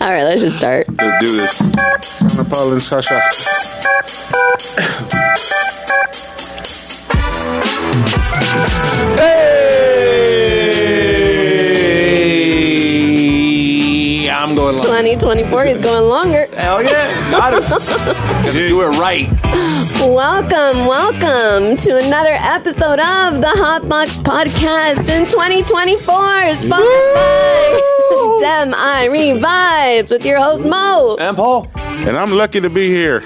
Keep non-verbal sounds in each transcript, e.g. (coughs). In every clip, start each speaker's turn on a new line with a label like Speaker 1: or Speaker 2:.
Speaker 1: All right, let's just start.
Speaker 2: Let's do this. Ana Paula and Sasha.
Speaker 3: Hey! I'm going long.
Speaker 1: 2024 is going longer.
Speaker 3: Hell yeah. Got it. (laughs) Gotta do it right.
Speaker 1: Welcome, welcome to another episode of the Hotbox Podcast in 2024, sponsored by Dem Irene Vibes with your host Mo.
Speaker 3: And Paul.
Speaker 2: And I'm lucky to be here.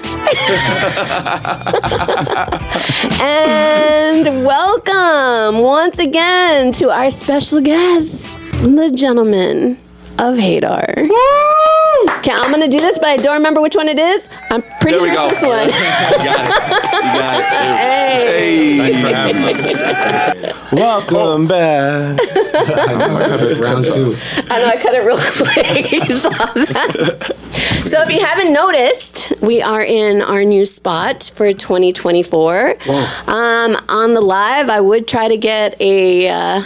Speaker 1: And welcome once again to our special guest, the gentleman of Hadar. Okay, I'm gonna do this, but I don't remember which one it is. I'm pretty
Speaker 3: There we
Speaker 1: sure
Speaker 3: go.
Speaker 1: it's this one.
Speaker 3: You got it. You got it.
Speaker 1: Hey.
Speaker 3: Hey.
Speaker 2: for having
Speaker 1: (laughs)
Speaker 3: Welcome back.
Speaker 4: Round two.
Speaker 1: I know I cut it real (laughs) quick. You saw that. So if you haven't noticed, we are in our new spot for 2024. Um, on the live, I would try to get a uh,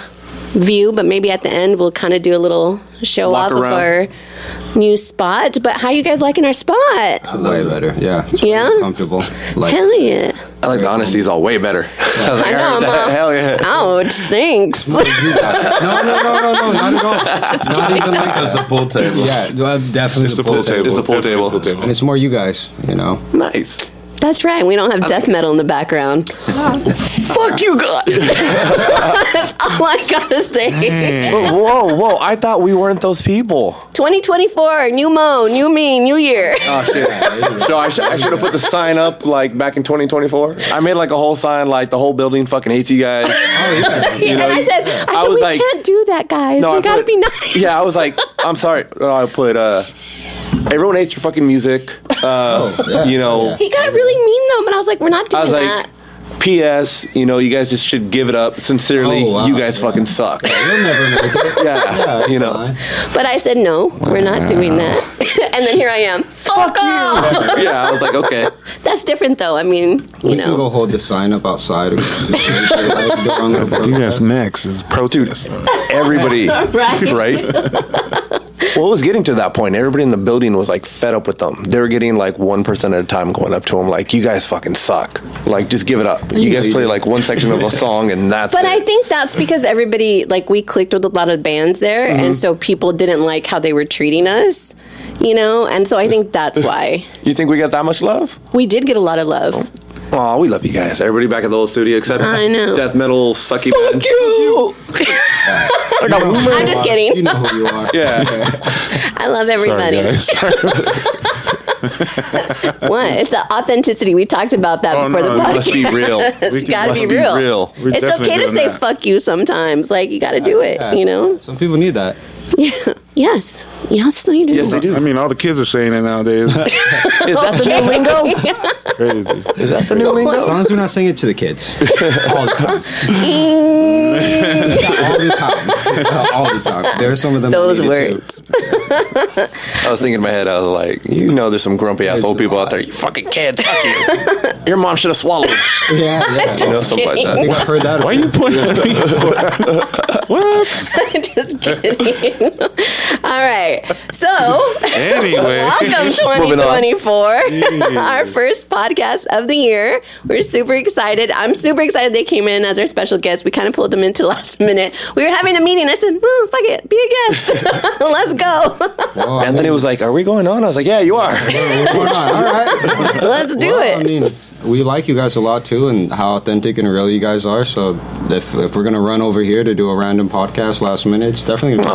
Speaker 1: view, but maybe at the end we'll kind of do a little show
Speaker 3: Walk
Speaker 1: off of our
Speaker 3: around.
Speaker 1: new spot. But how you guys liking our spot?
Speaker 4: Way better. Yeah. It's
Speaker 1: Yeah?
Speaker 4: really Comfortable. Like
Speaker 1: Hell yeah!
Speaker 3: I like the honesty is all way better.
Speaker 1: I
Speaker 3: (laughs)
Speaker 1: know, Mom.
Speaker 3: Hell yeah.
Speaker 1: Ouch! Thanks.
Speaker 4: (laughs) no, no, no, no, no, not at all. not even like us. The pool table. Yeah, well, definitely
Speaker 2: It's the pool table.
Speaker 3: It's the pool table.
Speaker 2: Definitely
Speaker 4: And it's more you guys, you (laughs) know.
Speaker 3: Nice.
Speaker 1: (laughs) That's right. We don't have death metal in the background. Fuck you guys. (laughs) That's all I gotta say.
Speaker 3: Whoa, whoa. I thought we weren't those people.
Speaker 1: 2024, new mo, new me, new year.
Speaker 3: Oh, shit. So I, sh- I should have put the sign up like back in 2024. I made like a whole sign like the whole building fucking hates you (laughs) guys.
Speaker 1: (laughs) and I said, I, said,
Speaker 3: I was
Speaker 1: we
Speaker 3: like-
Speaker 1: can't do that, guys.
Speaker 3: No,
Speaker 1: we
Speaker 3: I
Speaker 1: gotta
Speaker 3: put-
Speaker 1: be nice.
Speaker 3: Yeah, I was like, I'm sorry. Uh, I put uh, everyone hates your fucking music. Uh,
Speaker 4: Oh, yeah.
Speaker 3: You know,
Speaker 1: he got really mean though, but I was like, we're not doing
Speaker 3: I was like,
Speaker 1: that.
Speaker 3: P.S. You know, you guys just should give it up. Sincerely,
Speaker 4: Oh, wow.
Speaker 3: you guys fucking suck.
Speaker 4: You'll never make it.
Speaker 3: Yeah,
Speaker 4: that's
Speaker 3: you know.
Speaker 4: fine.
Speaker 1: But I said, no, we're not doing that. (laughs) and then here I am. Fuck off.
Speaker 3: Yeah, I was like, okay.
Speaker 1: That's different though. I mean, you
Speaker 4: we can go
Speaker 1: know.
Speaker 4: hold the sign up outside. (laughs) and-
Speaker 2: I think that's next. Is protest.
Speaker 1: (laughs)
Speaker 3: Everybody,
Speaker 1: Right.
Speaker 3: (laughs) right? Well, it was getting to that point. Everybody in the building was like fed up with them. They were getting like one percent at a time going up to them, like, "You guys fucking suck. Like, just give it up. You guys play like one section (laughs) of a song, and that's."
Speaker 1: But
Speaker 3: it.
Speaker 1: I think that's because everybody, like, we clicked with a lot of bands there,
Speaker 3: Mm-hmm.
Speaker 1: and so people didn't like how they were treating us, you know? And so I think that's why
Speaker 3: you think we got that much love?
Speaker 1: we did get a lot of love.
Speaker 3: Oh, we love you guys. Everybody back at the old studio except
Speaker 1: I know.
Speaker 3: death metal sucky band.
Speaker 1: Fuck you! Oh, I'm just
Speaker 4: You
Speaker 1: kidding.
Speaker 4: know who you are.
Speaker 3: (laughs) Yeah.
Speaker 1: (laughs) I love
Speaker 2: (laughs) Sorry,
Speaker 1: everybody.
Speaker 2: guys.
Speaker 1: what? It's the authenticity. We talked about that
Speaker 2: Oh,
Speaker 1: before
Speaker 2: no,
Speaker 1: the
Speaker 2: it
Speaker 3: Let's
Speaker 1: podcast.
Speaker 3: be real.
Speaker 1: (laughs)
Speaker 2: We
Speaker 1: It's
Speaker 2: can-
Speaker 1: got
Speaker 3: must
Speaker 1: to
Speaker 3: be
Speaker 1: be real.
Speaker 3: real.
Speaker 2: We're
Speaker 1: It's
Speaker 2: definitely
Speaker 1: okay to
Speaker 2: doing
Speaker 1: say
Speaker 2: that.
Speaker 1: fuck you sometimes. Like, you got to do it,
Speaker 4: Yeah.
Speaker 1: you know?
Speaker 4: Some people need that.
Speaker 1: Yeah. Yes. Yes, they do.
Speaker 3: Yes, they do.
Speaker 2: I mean, all the kids are saying it nowadays.
Speaker 3: Is that the new lingo?
Speaker 2: Crazy.
Speaker 3: Is that the new
Speaker 4: As
Speaker 3: lingo?
Speaker 4: long as we're not saying it to
Speaker 1: (laughs)
Speaker 4: the kids. All the time. (laughs) All the time. (laughs) All the time. There are some of them.
Speaker 1: (laughs)
Speaker 4: I
Speaker 1: Those
Speaker 4: need it too.
Speaker 1: words. (laughs)
Speaker 3: I was thinking in my head, I was like, you know, there's some grumpy ass old people out there. You fucking kids, fuck you. Your mom should have swallowed.
Speaker 4: Yeah,
Speaker 1: (laughs)
Speaker 4: yeah.
Speaker 3: (laughs) You know, something like
Speaker 4: I think
Speaker 3: that.
Speaker 4: I've heard that.
Speaker 2: Why are you pointing at me?
Speaker 3: (laughs)
Speaker 2: what?
Speaker 1: Just kidding. (laughs) All right. So, (laughs)
Speaker 2: Anyway.
Speaker 4: (laughs)
Speaker 1: welcome
Speaker 3: Moving on.
Speaker 1: 2024. (laughs) our first podcast of the year. We're super excited. I'm super excited they came in as our special guest. We kind of pulled them into (laughs) last minute. We were having a meeting. I said, "Well, fuck it. Be a guest. (laughs) Let's go.
Speaker 4: Well, I
Speaker 3: Anthony
Speaker 4: mean,
Speaker 3: was like, are we going on? I was like, yeah, you are.
Speaker 2: (laughs)
Speaker 4: why not? All right.
Speaker 1: Let's do
Speaker 4: Well,
Speaker 1: it."
Speaker 4: I mean, we like you guys a lot too, and how authentic and real you guys are. So if, if we're gonna run over here to do a random podcast last minute, it's definitely gonna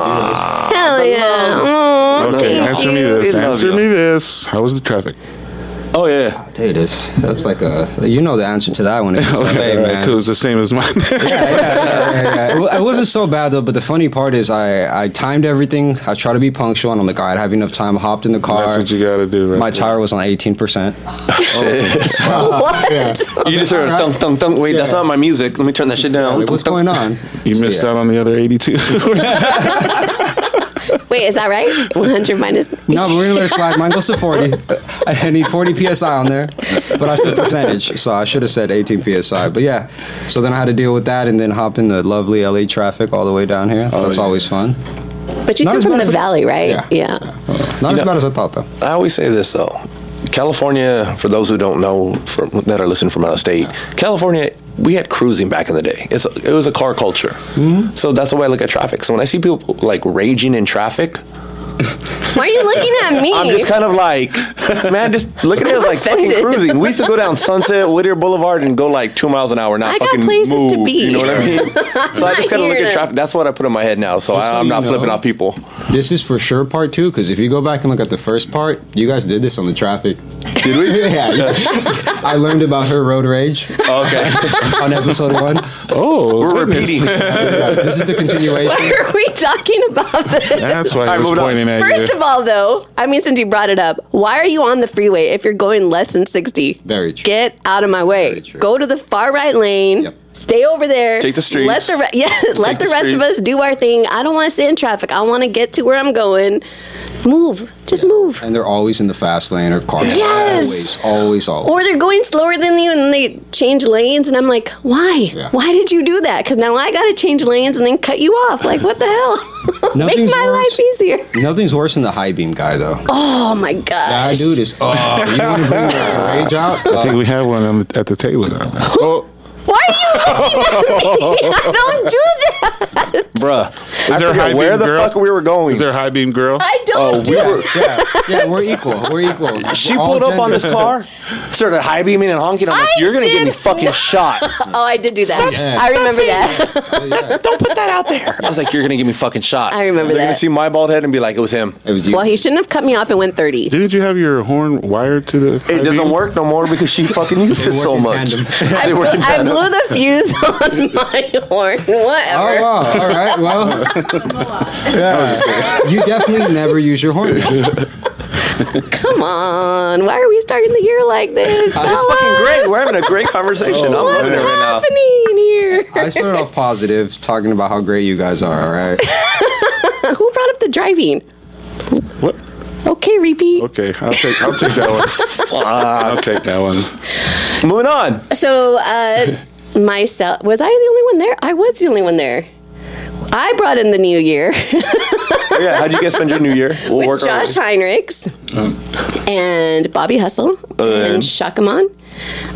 Speaker 4: be
Speaker 1: Hell yeah. Aw,
Speaker 2: Okay,
Speaker 1: thank
Speaker 2: answer me
Speaker 1: you.
Speaker 2: this.
Speaker 3: We love
Speaker 2: Answer
Speaker 3: you.
Speaker 2: me this. How was the traffic?
Speaker 3: Oh, yeah.
Speaker 4: Hey, it is. That's like a you know the answer to that one.
Speaker 1: (laughs)
Speaker 4: It's just like,
Speaker 2: (laughs)
Speaker 4: hey, man.
Speaker 2: Because it's the same
Speaker 3: (laughs)
Speaker 2: as mine.
Speaker 4: Yeah, yeah. It wasn't so bad though. But the funny part is, I I timed everything. I try to be punctual, and I'm like, all right, I have enough time. I hopped in the car.
Speaker 2: That's what you gotta do, right?
Speaker 4: My tire was on 18 percent.
Speaker 2: Oh.
Speaker 1: What?
Speaker 3: (laughs) You just heard a thunk, thunk, thunk. Wait, that's
Speaker 4: Yeah.
Speaker 3: not my music. Let me turn that shit down.
Speaker 2: Oh,
Speaker 4: What's
Speaker 3: Thunk,
Speaker 4: going
Speaker 3: thunk.
Speaker 2: (laughs)
Speaker 4: on?
Speaker 2: You missed
Speaker 4: Yeah.
Speaker 2: out on the other (laughs) 82.
Speaker 1: Wait, is that right? 100 minus.
Speaker 4: (laughs) No, but we're gonna let it slide. Mine goes to 40. I need 40 psi on there, but I said percentage, so I should have said 18 psi. But yeah, so then I had to deal with that, and then hop in the lovely LA traffic all the way down here. That's
Speaker 2: Oh, yeah.
Speaker 4: always fun.
Speaker 1: But you
Speaker 4: Not
Speaker 1: come
Speaker 4: as
Speaker 1: from
Speaker 4: bad
Speaker 1: the
Speaker 4: as I-
Speaker 1: valley, right?
Speaker 4: Yeah.
Speaker 1: Yeah.
Speaker 4: Not as
Speaker 3: know-
Speaker 4: bad as I thought, though.
Speaker 3: I always say this though. California, for those who don't know from, that are listening from out of state, California, we had cruising back in the day. It's, it was a car culture.
Speaker 2: Hmm?
Speaker 3: So that's the way I look at traffic. So when I see people like raging in traffic,
Speaker 1: Why are you looking
Speaker 4: (laughs)
Speaker 1: at me?
Speaker 3: I'm just kind of like, man, just look at it as like fucking
Speaker 1: Offended.
Speaker 3: cruising. We used to go down Sunset, Whittier Boulevard, and go like two miles an hour. Not
Speaker 1: I got
Speaker 3: fucking
Speaker 1: places
Speaker 3: move,
Speaker 1: to be.
Speaker 3: You know what I
Speaker 1: (laughs)
Speaker 3: mean? so I
Speaker 1: not
Speaker 3: just kind of look
Speaker 1: here
Speaker 3: at
Speaker 1: to-
Speaker 3: traffic. That's what I put in my head now. So
Speaker 4: Just so
Speaker 3: I, I'm
Speaker 4: you
Speaker 3: not
Speaker 4: know.
Speaker 3: flipping off people.
Speaker 4: This is for sure part two because if you go back and look at the first part, you guys did this on the traffic. Did we? (laughs) yeah. I learned about her road rage
Speaker 3: Okay,
Speaker 4: on episode one.
Speaker 2: Oh,
Speaker 3: (laughs) we're
Speaker 2: goodness.
Speaker 3: repeating.
Speaker 2: (laughs)
Speaker 4: Yeah, this is the
Speaker 1: (laughs)
Speaker 4: continuation.
Speaker 1: Why are we talking about this?
Speaker 2: That's why
Speaker 3: Alright,
Speaker 2: I was
Speaker 3: moving on.
Speaker 2: pointing at
Speaker 1: First
Speaker 2: you.
Speaker 1: of all, though, I mean, since you brought it up, why are you on the freeway if you're going less than 60?
Speaker 4: Very true.
Speaker 1: Get out of my way.
Speaker 4: Very true.
Speaker 1: Go to the far right lane.
Speaker 4: Yep.
Speaker 1: Stay over there.
Speaker 3: Take the streets.
Speaker 1: Let the re- (laughs) yeah, let the,
Speaker 3: the
Speaker 1: rest of
Speaker 3: streets.
Speaker 1: us do our thing. I don't want to sit in traffic. I want to get to where I'm going. Move. Just move.
Speaker 4: And they're always in the fast lane or car.
Speaker 1: Yes!
Speaker 4: Always, always, always.
Speaker 1: Or they're going slower than you, and they change lanes, and I'm like, why?
Speaker 4: Yeah.
Speaker 1: Why did you do that? Because now I got to change lanes and then cut you off. Like, what the hell? (laughs) Make
Speaker 4: Nothing's
Speaker 1: my
Speaker 4: worse.
Speaker 1: life easier.
Speaker 4: Nothing's worse than the high beam guy, though.
Speaker 1: Oh my gosh.
Speaker 4: That dude is. Oh, (laughs) you want to bring that rage out?
Speaker 2: I think we have one on the, at the table.
Speaker 3: (gasps)
Speaker 2: now.
Speaker 4: oh,
Speaker 1: Why are you looking at me? I don't do that.
Speaker 3: Bruh, I
Speaker 2: there a
Speaker 3: forget
Speaker 2: high
Speaker 3: where
Speaker 2: beam
Speaker 3: the
Speaker 2: girl?
Speaker 3: fuck we were going?
Speaker 2: Is there a high beam girl?
Speaker 1: I don't
Speaker 3: oh,
Speaker 1: do
Speaker 3: we
Speaker 1: that.
Speaker 3: were.
Speaker 4: yeah, yeah. We're equal. We're equal.
Speaker 3: She
Speaker 4: We're all
Speaker 3: pulled up on this
Speaker 4: genders.
Speaker 3: car, started high beaming and honking. I'm like,
Speaker 1: I
Speaker 3: you're gonna get me
Speaker 1: did
Speaker 3: fucking
Speaker 1: not- (laughs)
Speaker 3: shot.
Speaker 1: Oh, I did do that.
Speaker 4: Yeah.
Speaker 1: I remember that.
Speaker 4: Oh, (laughs) yeah.
Speaker 3: Don't put that out there. I was like, you're gonna get me fucking shot.
Speaker 1: I remember
Speaker 3: They're gonna
Speaker 1: that.
Speaker 3: see my bald head and be like, it was him.
Speaker 4: It was you.
Speaker 1: Well, he shouldn't have cut me off and went 30.
Speaker 2: Didn't you have your horn wired to the?
Speaker 3: It doesn't work no more because she fucking used it
Speaker 4: work
Speaker 3: so
Speaker 4: in
Speaker 3: much.
Speaker 4: tandem.
Speaker 1: I,
Speaker 3: (laughs) they
Speaker 1: blew,
Speaker 3: work in
Speaker 1: I
Speaker 3: tandem.
Speaker 1: blew the fuse (laughs) on my horn.
Speaker 4: Oh
Speaker 1: Whatever.
Speaker 4: wow! All
Speaker 3: (laughs)
Speaker 4: right. Well, yeah. you definitely never use your horn.
Speaker 1: Come on. Why are we starting the year like this?
Speaker 4: I was
Speaker 1: fellas?
Speaker 3: fucking great. We're having
Speaker 1: (laughs)
Speaker 3: a great
Speaker 1: Oh
Speaker 3: conversation. I'm
Speaker 1: What's
Speaker 3: loving it right now.
Speaker 1: happening here? (laughs)
Speaker 4: I started off positive, talking about how great you guys are. All right.
Speaker 1: Who brought up the driving?
Speaker 2: What?
Speaker 1: Okay, repeat.
Speaker 2: Okay, I'll take I'll take that one. I'll take that one.
Speaker 3: Moving on.
Speaker 1: So,
Speaker 3: (laughs)
Speaker 1: uh, myself, was I the only one there? I was the only one there. I brought in the new year.
Speaker 3: Oh, yeah, how'd you guys spend your New Year? We'll
Speaker 1: with
Speaker 3: work
Speaker 1: Josh
Speaker 3: on it. Oh.
Speaker 1: Heinrichs and Bobby Hustle and Shakaman.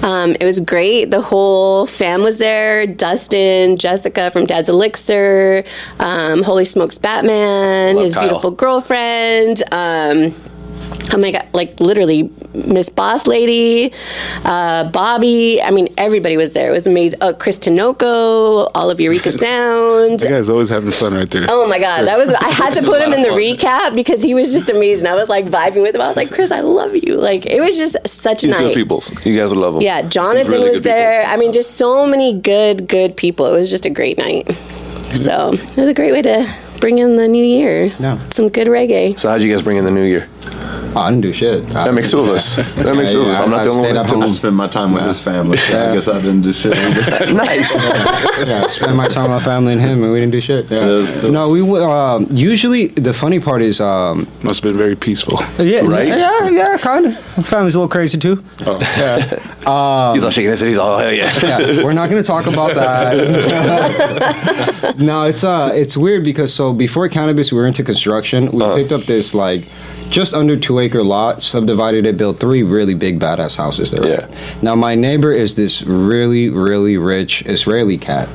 Speaker 1: Um, it was great. The whole fam was there. Dustin, Jessica from Dad's Elixir, um, Holy Smokes Batman,
Speaker 3: Love
Speaker 1: his
Speaker 3: Kyle.
Speaker 1: beautiful girlfriend. Um, oh my god! Like literally, Miss Boss Lady, uh, Bobby. I mean, everybody was there. It was amazing. Uh, Chris Tinoco, all of Eureka
Speaker 3: (laughs)
Speaker 1: Sound.
Speaker 2: You guys always having fun right there.
Speaker 1: Oh my god, that was I had to put him in the recap because he was just amazing. I was like vibing with him. I was like, Chris, I love you. Like it was just such a
Speaker 3: He's
Speaker 1: night.
Speaker 3: good peoples. You guys would love him.
Speaker 1: Yeah,
Speaker 3: He's
Speaker 1: Jonathan
Speaker 3: really
Speaker 1: was
Speaker 3: good peoples.
Speaker 1: there. I mean, just so many good, good people. It was just a great night. So it was a great way to bring in the new year.
Speaker 4: Yeah.
Speaker 1: Some good reggae.
Speaker 3: So how'd you guys bring in the New Year?
Speaker 4: Oh, I didn't do shit. Uh,
Speaker 3: That makes two of us. That makes two of us. I'm not the only one.
Speaker 4: Stayed
Speaker 3: that
Speaker 4: up
Speaker 3: did
Speaker 4: home.
Speaker 5: I spend my time with his family. I guess I didn't do shit.
Speaker 4: (laughs)
Speaker 3: it. Nice.
Speaker 4: yeah, I spent my time with my family and him, and we didn't do shit. Yeah.
Speaker 5: Yeah, that's cool.
Speaker 4: No, we w- um, usually the funny part is um,
Speaker 2: Must have been very peaceful.
Speaker 4: yeah,
Speaker 3: Right? Oh.
Speaker 4: yeah, yeah, kind of. Family's a little crazy too. (laughs)
Speaker 3: He's all shaking his head. He's all hell yeah.
Speaker 4: yeah, we're not going to talk about that. no, it's uh, it's weird because so before cannabis, we were into construction. We picked up this like just under two acre lot, subdivided it, built three really big badass houses there.
Speaker 3: Yeah.
Speaker 4: Now my neighbor is this really really rich Israeli cat,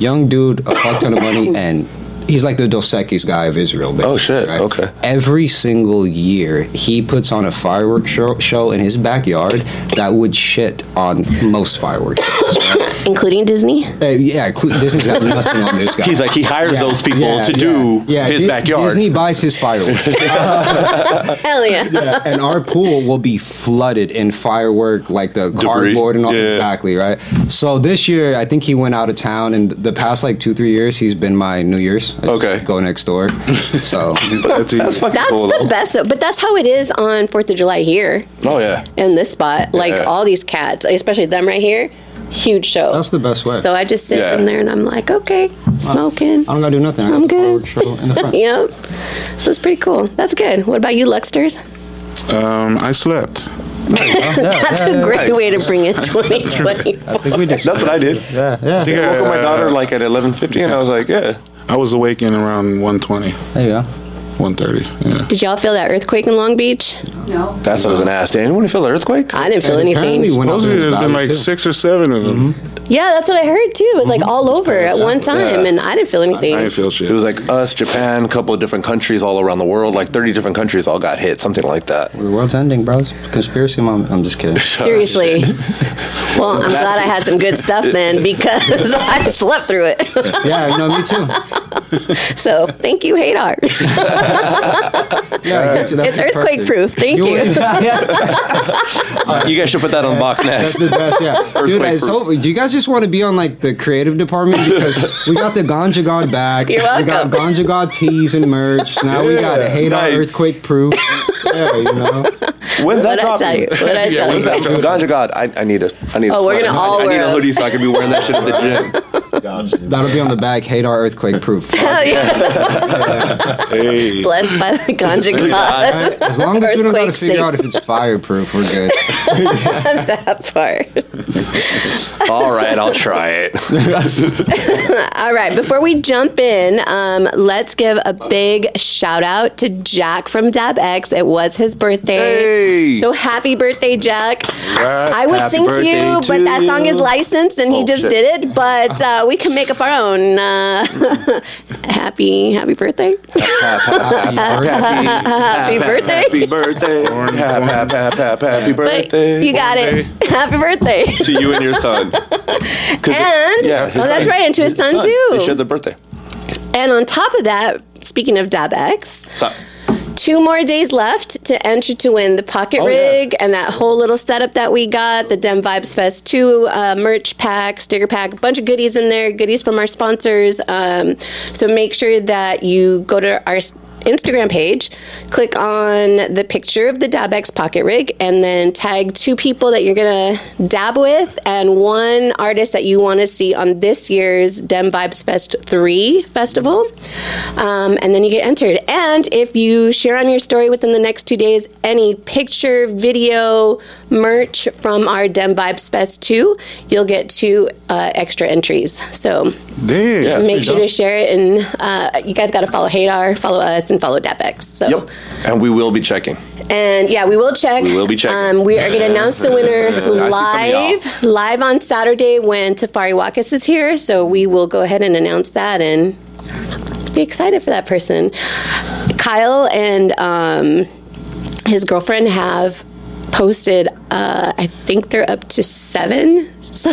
Speaker 4: young dude, a fuck ton of money, and. He's like the Dos Equis guy of Israel. basically,
Speaker 3: Oh, shit, okay.
Speaker 4: Every single year, he puts on a fireworks show, show in his backyard that would shit on most fireworks. shows, right?
Speaker 1: Including Disney.
Speaker 4: Uh, yeah, Clu- Disney's got nothing on this guy.
Speaker 3: He's like he hires those people to do his
Speaker 4: Di-
Speaker 3: backyard.
Speaker 4: Disney buys
Speaker 3: (laughs)
Speaker 4: his fireworks,
Speaker 1: Hell yeah.
Speaker 4: and our pool will be flooded in firework, like the cardboard and all.
Speaker 2: yeah.
Speaker 4: Exactly right. So this year, I think he went out of town, and the past like two three years, he's been my New Year's. I just
Speaker 3: Okay.
Speaker 4: go
Speaker 3: (laughs)
Speaker 4: next door. So
Speaker 2: That's easy.
Speaker 3: That's fucking
Speaker 1: That's
Speaker 3: cool.
Speaker 1: the
Speaker 3: though.
Speaker 1: best, but that's how it is on Fourth of July here
Speaker 3: Oh yeah.
Speaker 1: in this spot. Like
Speaker 3: Yeah.
Speaker 1: all these cats, especially them right here, huge show.
Speaker 4: that's the best way.
Speaker 1: So I just sit
Speaker 3: Yeah.
Speaker 1: in there and I'm like, okay, smoking.
Speaker 4: I don't gotta do nothing. I got
Speaker 1: I'm
Speaker 4: the
Speaker 1: good.
Speaker 4: fireworks show in the
Speaker 1: (laughs)
Speaker 4: front.
Speaker 1: yep. So it's pretty cool. That's good. What about you, Luxters?
Speaker 2: Um, I slept.
Speaker 1: (laughs) That's a great way to bring it 2020.
Speaker 4: I think we just.
Speaker 3: That's what I did.
Speaker 4: Yeah, yeah.
Speaker 3: I woke up my daughter like at 11:50, and I was like, yeah.
Speaker 2: I was awakened around 120,
Speaker 4: There you go.
Speaker 2: 130. Yeah.
Speaker 1: Did y'all feel that earthquake in Long Beach?
Speaker 6: No.
Speaker 3: That's what I was gonna ask. Did anyone feel the earthquake?
Speaker 1: I didn't feel
Speaker 4: And apparently
Speaker 1: anything.
Speaker 4: when I was
Speaker 2: Supposedly
Speaker 4: in
Speaker 2: there's
Speaker 4: the
Speaker 2: been
Speaker 4: valley,
Speaker 2: like
Speaker 4: too.
Speaker 2: six or seven of them.
Speaker 3: Mm-hmm.
Speaker 1: Yeah, that's what I heard too. It was like all over at one time, and I didn't feel anything.
Speaker 2: I didn't feel shit.
Speaker 3: It was like us, Japan, a couple of different countries all around the world, like 30 different countries all got hit, something like that.
Speaker 4: The world's ending, bros. Conspiracy mom. I'm just
Speaker 2: (laughs)
Speaker 4: kidding.
Speaker 1: Seriously. (laughs) well, I'm glad I had some good stuff then because (laughs) I slept through it. (laughs)
Speaker 4: yeah, no, me too.
Speaker 1: so thank you, Hadar.
Speaker 4: Yeah, I get you.
Speaker 1: it's
Speaker 4: That's
Speaker 1: earthquake proof. Thank you.
Speaker 3: (laughs)
Speaker 4: (laughs)
Speaker 3: you guys should put that on Bach
Speaker 1: (laughs)
Speaker 3: next.
Speaker 4: That's the
Speaker 2: (laughs)
Speaker 4: best, yeah. Dude,
Speaker 3: Earthquake
Speaker 4: it's so, do you guys just want to be on like the creative department because we got the Ganja God back.
Speaker 1: You're
Speaker 4: We got
Speaker 1: welcome.
Speaker 4: Ganja God tees and merch. Now we got a hate
Speaker 3: nice.
Speaker 4: on earthquake proof. yeah, you know.
Speaker 1: (laughs)
Speaker 3: When's that
Speaker 1: What'd I tell
Speaker 3: dropping?
Speaker 1: you? What'd I tell
Speaker 3: When's
Speaker 1: you?
Speaker 3: that dropping? Ganja God, I, I need a, I need a
Speaker 1: Oh, we're
Speaker 3: sweater.
Speaker 1: gonna all
Speaker 3: I need
Speaker 1: wear
Speaker 3: a
Speaker 1: 'em.
Speaker 3: hoodie so I can be wearing that shit
Speaker 1: (laughs)
Speaker 3: at the gym.
Speaker 4: That'll be on the back. Hate our earthquake proof.
Speaker 1: Hell yeah.
Speaker 3: (laughs)
Speaker 2: hey.
Speaker 1: Oh, Blessed by the Ganja God.
Speaker 4: Alright, As long as we don't gotta
Speaker 1: Earthquake
Speaker 4: figure
Speaker 1: safe.
Speaker 4: out if it's fireproof, we're good.
Speaker 1: that part.
Speaker 3: All right, I'll try
Speaker 1: (laughs)
Speaker 3: it.
Speaker 1: All right, before we jump in, um, let's give a big shout out to Jack from DabX. It was his birthday.
Speaker 3: Hey.
Speaker 1: So happy birthday, Jack.
Speaker 2: Right.
Speaker 1: I would
Speaker 3: Happy
Speaker 1: sing to you,
Speaker 3: birthday
Speaker 1: but
Speaker 3: to
Speaker 1: that song is
Speaker 3: you.
Speaker 1: licensed and he
Speaker 3: Oh,
Speaker 1: just
Speaker 3: shit.
Speaker 1: did it. But uh, we can make up our own. Uh, (laughs) happy, happy birthday.
Speaker 3: happy, happy
Speaker 1: birthday.
Speaker 3: Happy birthday. Hap, hap, hap, hap, happy
Speaker 1: But
Speaker 3: birthday.
Speaker 1: you got it. (laughs) Happy birthday.
Speaker 3: (laughs) To you and your
Speaker 1: (laughs)
Speaker 3: son. 'Cause-
Speaker 1: And,
Speaker 3: his
Speaker 1: oh, that's
Speaker 3: son.
Speaker 1: right, and to his son,
Speaker 3: They shared
Speaker 1: too.
Speaker 3: their birthday.
Speaker 1: and on top of that, speaking of DabX,
Speaker 3: So,
Speaker 1: two more days left to enter to win the pocket
Speaker 3: Oh, yeah.
Speaker 1: rig and that whole little setup that we got the dem vibes fest 2 uh, merch pack sticker pack a bunch of goodies in there goodies from our sponsors um, so make sure that you go to our s- Instagram page, click on the picture of the DabX pocket rig, and then tag two people that you're gonna dab with, and one artist that you want to see on this year's Dem Vibes Fest Three festival, um, and then you get entered. And if you share on your story within the next two days any picture, video, merch from our Dem Vibes Fest Two, you'll get two uh, extra entries. So
Speaker 2: Damn.
Speaker 1: make sure to share it, and uh, you guys got to follow Hadar, follow us, and follow DabX. So.
Speaker 3: yep. And we will be checking.
Speaker 1: And yeah, we will check.
Speaker 3: We will be checking.
Speaker 1: Um, we are going to announce the
Speaker 3: (laughs)
Speaker 1: winner
Speaker 3: some
Speaker 1: live, live on Saturday when Tafari Wakas is here. So we will go ahead and announce that and be excited for that person. Kyle and um, his girlfriend have posted. Uh, I think they're up to seven, so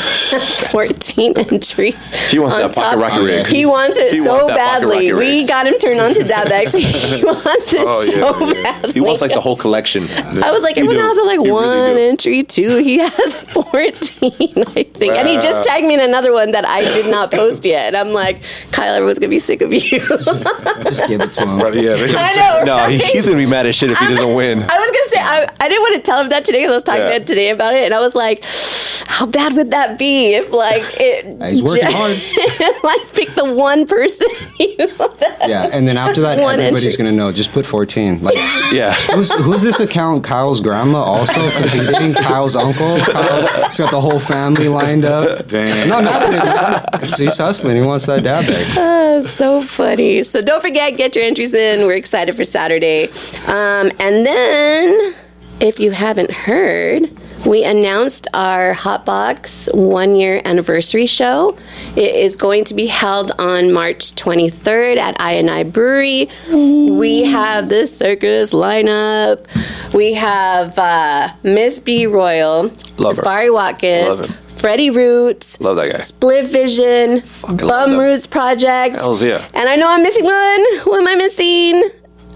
Speaker 1: (laughs) 14 entries.
Speaker 3: He wants
Speaker 1: on
Speaker 3: that pocket rocket rig.
Speaker 1: He wants it
Speaker 3: He
Speaker 1: so
Speaker 3: wants that pocket
Speaker 1: badly.
Speaker 3: rocket rig.
Speaker 1: We got him turned on
Speaker 3: (laughs)
Speaker 1: to DabX. he wants it
Speaker 2: Oh, yeah,
Speaker 1: so
Speaker 2: yeah.
Speaker 1: badly.
Speaker 3: He wants like the whole collection.
Speaker 1: I was like, everyone
Speaker 2: do.
Speaker 1: else has like
Speaker 2: You really
Speaker 1: one
Speaker 2: do.
Speaker 1: entry, two. He (laughs) has 14, I think. And he just tagged me in another one that I did not post yet. And I'm like, Kyle, everyone's going to be sick of you. (laughs)
Speaker 4: Just give it to him.
Speaker 2: Right, yeah. They,
Speaker 1: I know.
Speaker 3: No, he,
Speaker 1: right?
Speaker 3: he's gonna be mad as shit if he doesn't win.
Speaker 1: I was going to say, I, I didn't want to tell him that today 'cause I was talking
Speaker 2: Yeah.
Speaker 1: to him today about it. And I was like, how bad would that be if like it
Speaker 4: He's
Speaker 1: (laughs)
Speaker 4: working hard.
Speaker 1: like pick the one person (laughs) you know that
Speaker 4: Yeah, and then after that,
Speaker 1: That's one
Speaker 4: everybody's
Speaker 1: entry.
Speaker 4: gonna know. Just put 14. Like,
Speaker 3: Yeah.
Speaker 4: who's, who's this account? Kyle's grandma also competing. Kyle's uncle. Kyle's, he's got the whole family lined up.
Speaker 2: Damn.
Speaker 4: No, nothing. He's hustling. He wants that dab bag.
Speaker 1: That's so funny. So don't forget, get your entries in. We're excited for Saturday. Um, and then, if you haven't heard, we announced our Hotbox one year anniversary show. It is going to be held on March 23rd at INI Brewery. We have the circus lineup. We have uh, Miss B Royal,
Speaker 3: Love her.
Speaker 1: Safari Watkins,
Speaker 3: Love him.
Speaker 1: Freddie Root,
Speaker 3: Love that guy.
Speaker 1: Split Vision,
Speaker 3: love
Speaker 1: Bum
Speaker 3: them.
Speaker 1: Roots Project.
Speaker 3: Hells yeah.
Speaker 1: And I know I'm missing one. (laughs) Who am I missing?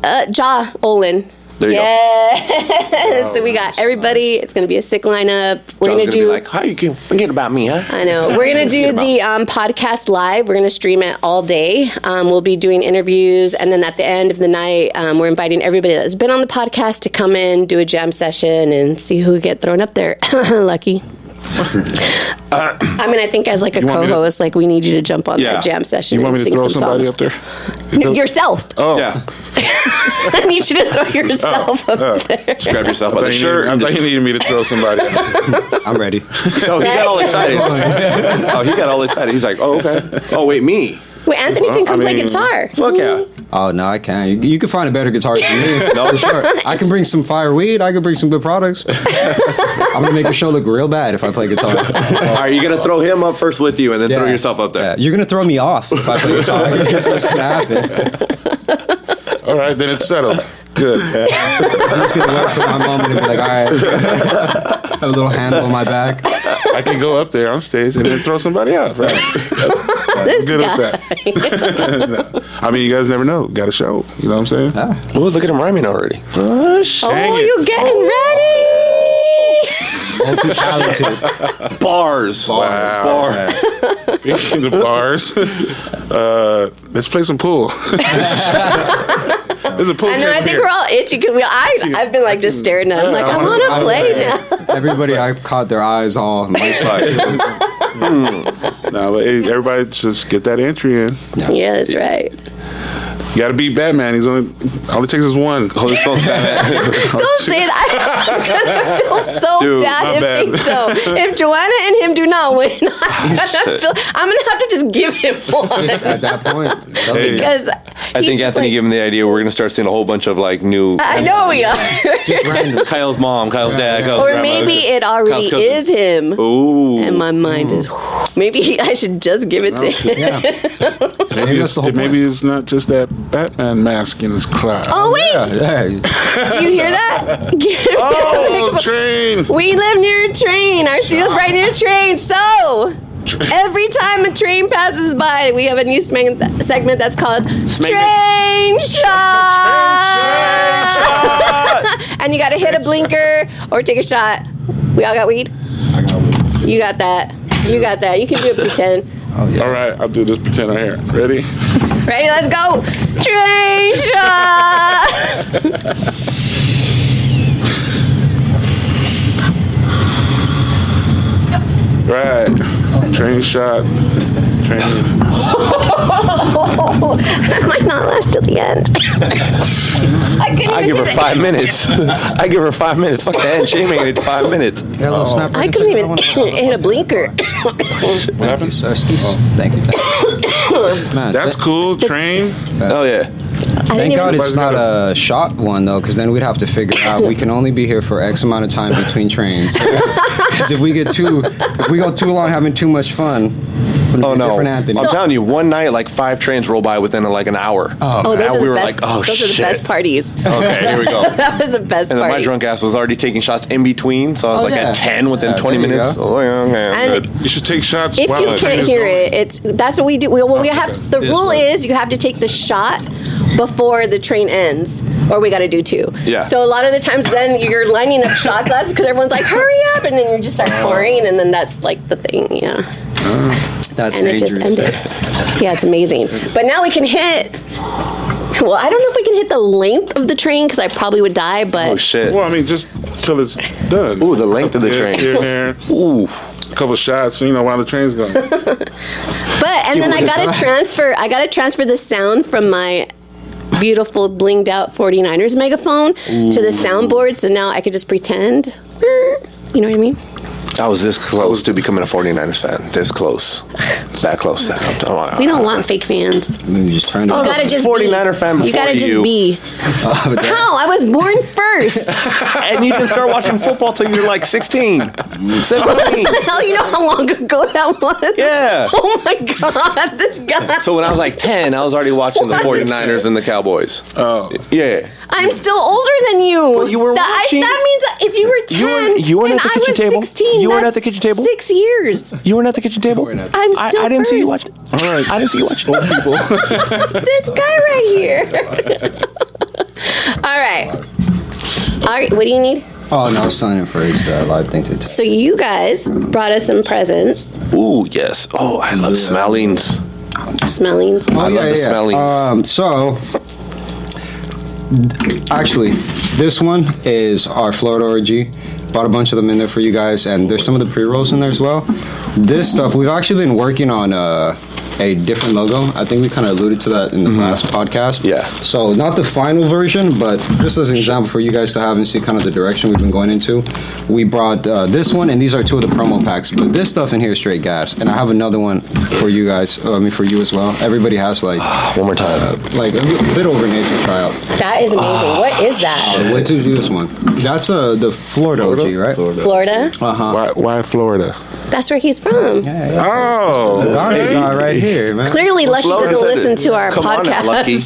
Speaker 1: Uh, Ja Olin.
Speaker 3: There you go.
Speaker 1: Yes.
Speaker 2: Oh,
Speaker 1: so we got everybody. It's going to be a sick lineup. We're
Speaker 3: John's
Speaker 1: going to
Speaker 3: be
Speaker 1: do.
Speaker 3: like, how you can forget about me, huh?
Speaker 1: I know. We're
Speaker 2: (laughs)
Speaker 1: going to do the um, podcast live. We're going to stream it all day. Um, we'll be doing interviews. And then at the end of the night, um, we're inviting everybody that's been on the podcast to come in, do a jam session, and see who get thrown up there. (laughs)
Speaker 2: (coughs)
Speaker 1: Lucky. I mean, I think as like a
Speaker 2: Uh, want me to-
Speaker 1: co-host, like we need you to jump on
Speaker 3: Yeah.
Speaker 1: that jam session.
Speaker 2: you want
Speaker 1: and
Speaker 2: me to
Speaker 1: sing
Speaker 2: throw
Speaker 1: some
Speaker 2: somebody
Speaker 1: songs.
Speaker 2: up there?
Speaker 1: No, (laughs) yourself.
Speaker 2: Oh.
Speaker 3: Yeah.
Speaker 1: (laughs) I need you to throw yourself up there.
Speaker 3: Just grab yourself by
Speaker 2: I thought,
Speaker 3: the
Speaker 2: you
Speaker 3: shirt. (laughs)
Speaker 2: needed, I thought you needed me to throw somebody. up there.
Speaker 4: I'm ready.
Speaker 3: Oh, he got all excited. oh, he got all excited. He's like, oh, okay. Oh, wait, me.
Speaker 1: Wait, Anthony
Speaker 2: Well,
Speaker 1: can come
Speaker 2: I
Speaker 1: play
Speaker 2: mean-
Speaker 1: guitar. (laughs)
Speaker 3: Fuck yeah.
Speaker 4: Oh no, I can't. You, you can find a better guitarist than me. no, for sure. I can bring some fire weed. I can bring some good products. I'm gonna make your show look real bad if I play
Speaker 3: (laughs)
Speaker 4: guitar.
Speaker 3: All right, you're gonna throw him up first with you, and then throw
Speaker 4: Yeah.
Speaker 3: yourself up
Speaker 4: Yeah,
Speaker 3: there.
Speaker 4: You're gonna throw me off if I play guitar. (laughs) It's just what's gonna happen.
Speaker 2: All right, then it's settled. Good.
Speaker 4: I'm just gonna wait for my moment and be like, all right. (laughs) Have a little handle on my back.
Speaker 2: I can go up there on stage and then throw somebody up.
Speaker 3: (laughs)
Speaker 2: Right?
Speaker 1: This
Speaker 2: good
Speaker 1: guy.
Speaker 2: at that. No. I mean, you guys never know. Got a show. You know what I'm saying? (laughs)
Speaker 4: Yeah.
Speaker 3: Ooh, look at him rhyming already. Oh, shit.
Speaker 2: Dang
Speaker 1: Oh,
Speaker 2: it.
Speaker 1: you getting ready?
Speaker 4: Multi-talented.
Speaker 1: Oh.
Speaker 3: Bars.
Speaker 2: Wow.
Speaker 3: Bars.
Speaker 2: Speaking of bars, uh, let's play some pool. (laughs) There's a pool
Speaker 1: I know. I
Speaker 2: table
Speaker 1: think
Speaker 2: here.
Speaker 1: we're all itchy. 'cause We, I, I've been like just staring at him, like I want to play now.
Speaker 4: (laughs) Everybody, I caught their eyes all. Nice.
Speaker 2: No, but hey, everybody just get that entry in.
Speaker 1: Yeah, that's right.
Speaker 2: You got to beat Batman. He's only only takes us one.
Speaker 3: Hold his
Speaker 2: (laughs)
Speaker 3: phone, Batman.
Speaker 1: Don't say that. (laughs) I'm gonna feel so
Speaker 3: Dude,
Speaker 2: my
Speaker 1: bad if
Speaker 2: bad.
Speaker 1: they don't. If Joanna and him do not win, (laughs) I'm gonna
Speaker 3: Shit.
Speaker 1: feel. I'm gonna have to just give him one
Speaker 4: At that point,
Speaker 2: Hey.
Speaker 1: because
Speaker 3: I think Anthony gave him the idea. We're gonna start seeing a whole bunch of like new.
Speaker 1: I know we are.
Speaker 4: just random.
Speaker 3: Kyle's mom, Kyle's dad, Kyle's
Speaker 1: or
Speaker 3: grandma.
Speaker 1: maybe it already
Speaker 3: Kyle's cousin.
Speaker 1: is him.
Speaker 3: Ooh.
Speaker 1: And my mind is. (laughs) Maybe he- I should just give it to him.
Speaker 4: Yeah.
Speaker 2: Maybe,
Speaker 4: that's
Speaker 2: it's,
Speaker 4: the whole
Speaker 2: maybe it's not just that Batman mask in his cloud.
Speaker 1: Oh wait!
Speaker 4: yeah.
Speaker 1: Do you hear that? (laughs) Give- (laughs)
Speaker 2: Oh, train!
Speaker 1: We live near a train. Our studio's right near a train. So every time a train passes by, we have a new smeg- segment that's called Train Shot. (laughs) and you got to hit a blinker or take a shot. We all got weed.
Speaker 5: I got one.
Speaker 1: You got that. You got that. You can do it pretend.
Speaker 2: All right, I'll do this pretend right here. Ready?
Speaker 1: Ready? Let's go. Train Shot. (laughs)
Speaker 2: Right. Train shot. Train.
Speaker 1: that (laughs) might not last till the
Speaker 3: (laughs)
Speaker 1: end. I couldn't even
Speaker 3: I
Speaker 1: do
Speaker 3: give her
Speaker 1: that.
Speaker 3: five minutes. (laughs) I give her five minutes. Fuck that. She ain't making it five minutes.
Speaker 4: Hello, snapper.
Speaker 1: I couldn't even (laughs) hit a blinker. (coughs)
Speaker 2: What happened?
Speaker 4: Thank you. Man,
Speaker 2: That's
Speaker 4: th-
Speaker 2: cool. Train.
Speaker 3: Oh
Speaker 1: I
Speaker 3: yeah.
Speaker 1: didn't
Speaker 4: Thank God
Speaker 1: even-
Speaker 4: it's not a shot one though, because then we'd have to figure out we can only be here for X amount of time between trains. 'Cause if we get too, if we go too long having too much fun, it'll be
Speaker 3: Oh
Speaker 4: a
Speaker 3: no.
Speaker 4: different Anthony.
Speaker 3: I'm telling you, one night like five trains roll by within like an hour.
Speaker 1: Oh, those
Speaker 3: Now
Speaker 1: are
Speaker 3: we
Speaker 1: the
Speaker 3: were
Speaker 1: best.
Speaker 3: like, oh
Speaker 1: those
Speaker 3: shit.
Speaker 1: are the best parties. (laughs)
Speaker 3: Okay, here we go. And
Speaker 1: that was the best
Speaker 3: then my
Speaker 1: party.
Speaker 3: drunk ass was already taking shots in between, so I was
Speaker 4: Oh,
Speaker 3: like
Speaker 4: yeah.
Speaker 3: at ten within
Speaker 4: Yeah,
Speaker 3: twenty
Speaker 4: there you
Speaker 3: minutes.
Speaker 4: go.
Speaker 3: Oh, yeah, okay, I'm
Speaker 1: And-
Speaker 3: good.
Speaker 2: You should take shots.
Speaker 1: if
Speaker 2: while
Speaker 1: you
Speaker 2: the train
Speaker 1: can't
Speaker 2: is
Speaker 1: hear it,
Speaker 2: going.
Speaker 1: it's that's what we do. We, well, we have the
Speaker 4: This
Speaker 1: rule
Speaker 4: way.
Speaker 1: is you have to take the shot before the train ends, or we got to do two.
Speaker 3: Yeah.
Speaker 1: So a lot of the times, then you're lining up shot glasses because everyone's like, "Hurry up!" and then you just start pouring, and then that's like the thing. Yeah.
Speaker 4: That's
Speaker 1: and it
Speaker 4: dangerous.
Speaker 1: just ended. Yeah, it's amazing. But now we can hit. Well, I don't know if we can hit the length of the train because I probably would die. But
Speaker 3: Oh shit.
Speaker 2: Well, I mean, just till it's done.
Speaker 3: Ooh, the length of the
Speaker 2: Here,
Speaker 3: train.
Speaker 2: Here, here. Ooh. A couple shots, you know, while the train's going.
Speaker 1: but and then I gotta transfer. I gotta transfer the sound from my beautiful blinged out 49ers megaphone to the soundboard. So now I could just pretend. You know what I mean?
Speaker 3: I was this close to becoming a 49ers fan. This close. It's
Speaker 1: (laughs)
Speaker 3: that close.
Speaker 1: We don't want fake fans. You
Speaker 4: You're just trying to.
Speaker 1: gotta just be.
Speaker 3: 49er fan
Speaker 1: You gotta
Speaker 3: before
Speaker 1: just
Speaker 3: you. (laughs) Oh,
Speaker 1: be. How? I was born first. (laughs)
Speaker 3: (laughs) And you didn't start watching football till you were like
Speaker 1: (laughs)
Speaker 3: 16, 17.
Speaker 1: Hell, you know how long ago that was?
Speaker 3: Yeah.
Speaker 1: Oh my god, this guy.
Speaker 3: So when I was like 10, I was already watching the 49ers and the Cowboys.
Speaker 2: Oh.
Speaker 3: Yeah.
Speaker 1: I'm still older than you.
Speaker 3: you were
Speaker 1: that,
Speaker 3: watching-
Speaker 1: that means that if you were 10,
Speaker 3: You weren't- you weren't
Speaker 1: and
Speaker 3: at the
Speaker 1: I
Speaker 3: kitchen
Speaker 1: was
Speaker 3: table?
Speaker 1: 16,
Speaker 3: You weren't
Speaker 1: that's
Speaker 3: at the kitchen table?
Speaker 1: Six
Speaker 3: (laughs)
Speaker 1: years.
Speaker 3: You weren't at the kitchen table?
Speaker 4: weren't at-
Speaker 1: I'm
Speaker 3: I,
Speaker 1: still
Speaker 3: I didn't see you watch.
Speaker 1: first.
Speaker 2: All right.
Speaker 3: I didn't see you watch.
Speaker 2: Old people.
Speaker 1: This guy right here. (laughs) All right. All right, what do you need?
Speaker 4: Oh no, sign in for his uh, live thing to.
Speaker 1: So you guys brought us some presents,
Speaker 3: Ooh, yes. Oh, I love smellings.
Speaker 1: smellings.
Speaker 4: Oh,
Speaker 3: I love the smellies.
Speaker 4: Um, so, actually, this one is our Florida orgy. Bought a bunch of them in there for you guys, and there's some of the pre rolls in there as well. This stuff we've actually been working on. Uh, a different logo. I think we kind of alluded to that in the last podcast.
Speaker 3: Yeah.
Speaker 4: So not the final version, but just as an example for you guys to have and see kind of the direction we've been going into, we brought uh, this one, and these are two of the promo packs. But this stuff in here is straight gas, and I have another one for you guys. uh, I mean, for you as well. Everybody has like (sighs)
Speaker 3: One more time.
Speaker 4: like a bit over an acre try out.
Speaker 1: That is
Speaker 3: Ah.
Speaker 1: amazing. What is that?
Speaker 4: Wait till you do this one. That's uh, the Florida OG, right?
Speaker 1: Florida?
Speaker 2: (laughs) Why, why Florida?
Speaker 1: That's where he's from.
Speaker 2: Oh,
Speaker 4: Ghana
Speaker 2: okay.
Speaker 4: guy right here, man.
Speaker 1: Clearly, Lucky doesn't
Speaker 3: said
Speaker 1: listen
Speaker 3: it.
Speaker 1: to our
Speaker 3: Come
Speaker 1: podcast.
Speaker 3: on now,
Speaker 1: (laughs)
Speaker 3: Lucky.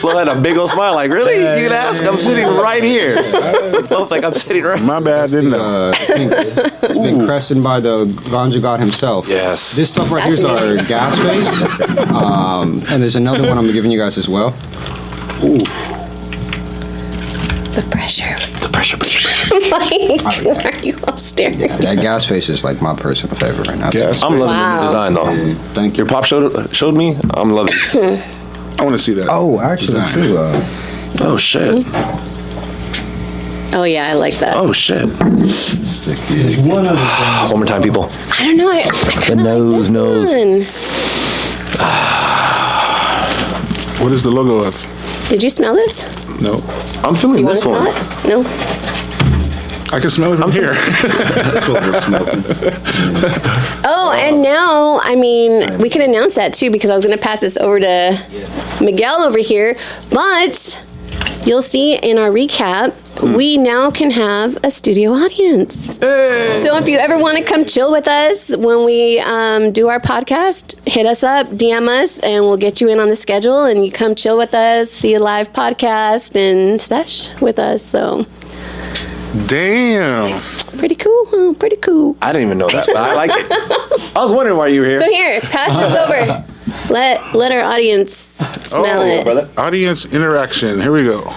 Speaker 3: Flo had a big old smile, like, really? you can ask. I'm sitting right here. (laughs) Flo's like, I'm sitting right
Speaker 2: my bad. Didn't know.
Speaker 4: Uh, it's been- it's been crested by the ganja god himself.
Speaker 3: Yes.
Speaker 4: This stuff right here is our gas face. Um, and there's another one I'm giving you guys as well.
Speaker 1: The pressure. (laughs)
Speaker 3: The pressure, pressure, pressure.
Speaker 1: Mike, why are you all staring?
Speaker 4: That gas face is like my personal favorite right now.
Speaker 2: Gas.
Speaker 3: I'm loving
Speaker 1: Wow.
Speaker 3: the new design, though.
Speaker 4: Thank
Speaker 3: Your
Speaker 4: you.
Speaker 3: pop showed, showed me. I'm loving it.
Speaker 2: I want to see that.
Speaker 5: Oh, actually,
Speaker 2: Design.
Speaker 5: too. Uh,
Speaker 3: Oh, shit.
Speaker 1: Oh, yeah, I like that.
Speaker 3: Oh, shit.
Speaker 5: sticky.
Speaker 4: One other
Speaker 3: (sighs) One more time, people.
Speaker 1: I don't know. I, I
Speaker 3: The
Speaker 1: kinda
Speaker 3: nose,
Speaker 1: like
Speaker 3: nose.
Speaker 1: this
Speaker 2: What is the logo of?
Speaker 1: one. Did you smell this?
Speaker 2: No,
Speaker 3: I'm feeling
Speaker 1: You want to
Speaker 3: this
Speaker 1: smell
Speaker 3: one.
Speaker 1: it? No.
Speaker 2: I can smell it from here.
Speaker 5: That's what we're smoking.
Speaker 1: Oh, and now, I mean, we can announce that too because I was going to pass this over to Miguel over here. But you'll see in our recap,
Speaker 3: Hmm.
Speaker 1: we now can have a studio audience. So if you ever want to come chill with us when we um, do our podcast, hit us up, DM us, and we'll get you in on the schedule. And you come chill with us, see a live podcast, and sesh with us. So
Speaker 2: (laughs) Damn.
Speaker 1: pretty cool, huh? Pretty cool.
Speaker 3: I didn't even know that, but I like it. (laughs) I was wondering why you were here.
Speaker 1: So here, pass this over. Let let our audience smell
Speaker 2: Oh,
Speaker 1: it.
Speaker 3: brother.
Speaker 2: Audience interaction. Here we go.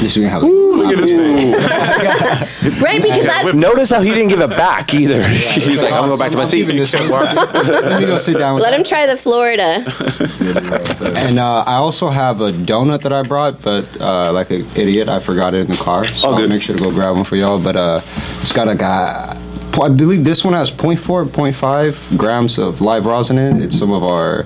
Speaker 4: This we have.
Speaker 2: Look at this face.
Speaker 1: Right, because that's
Speaker 3: Notice how he didn't give it back (laughs) either. He's like, I'm gonna go back to my
Speaker 4: I'm keeping
Speaker 3: seat.
Speaker 4: this one. Let me go sit down with
Speaker 1: let him try the Florida.
Speaker 4: And uh, I also have a donut that I brought, but uh, like an idiot, I forgot it in the car. So
Speaker 3: All
Speaker 4: I'll
Speaker 3: good.
Speaker 4: make sure to go grab one for y'all. But uh, it's got like a po I believe this one has 0.4, 0.5 grams of live rosin in it. It's some of our.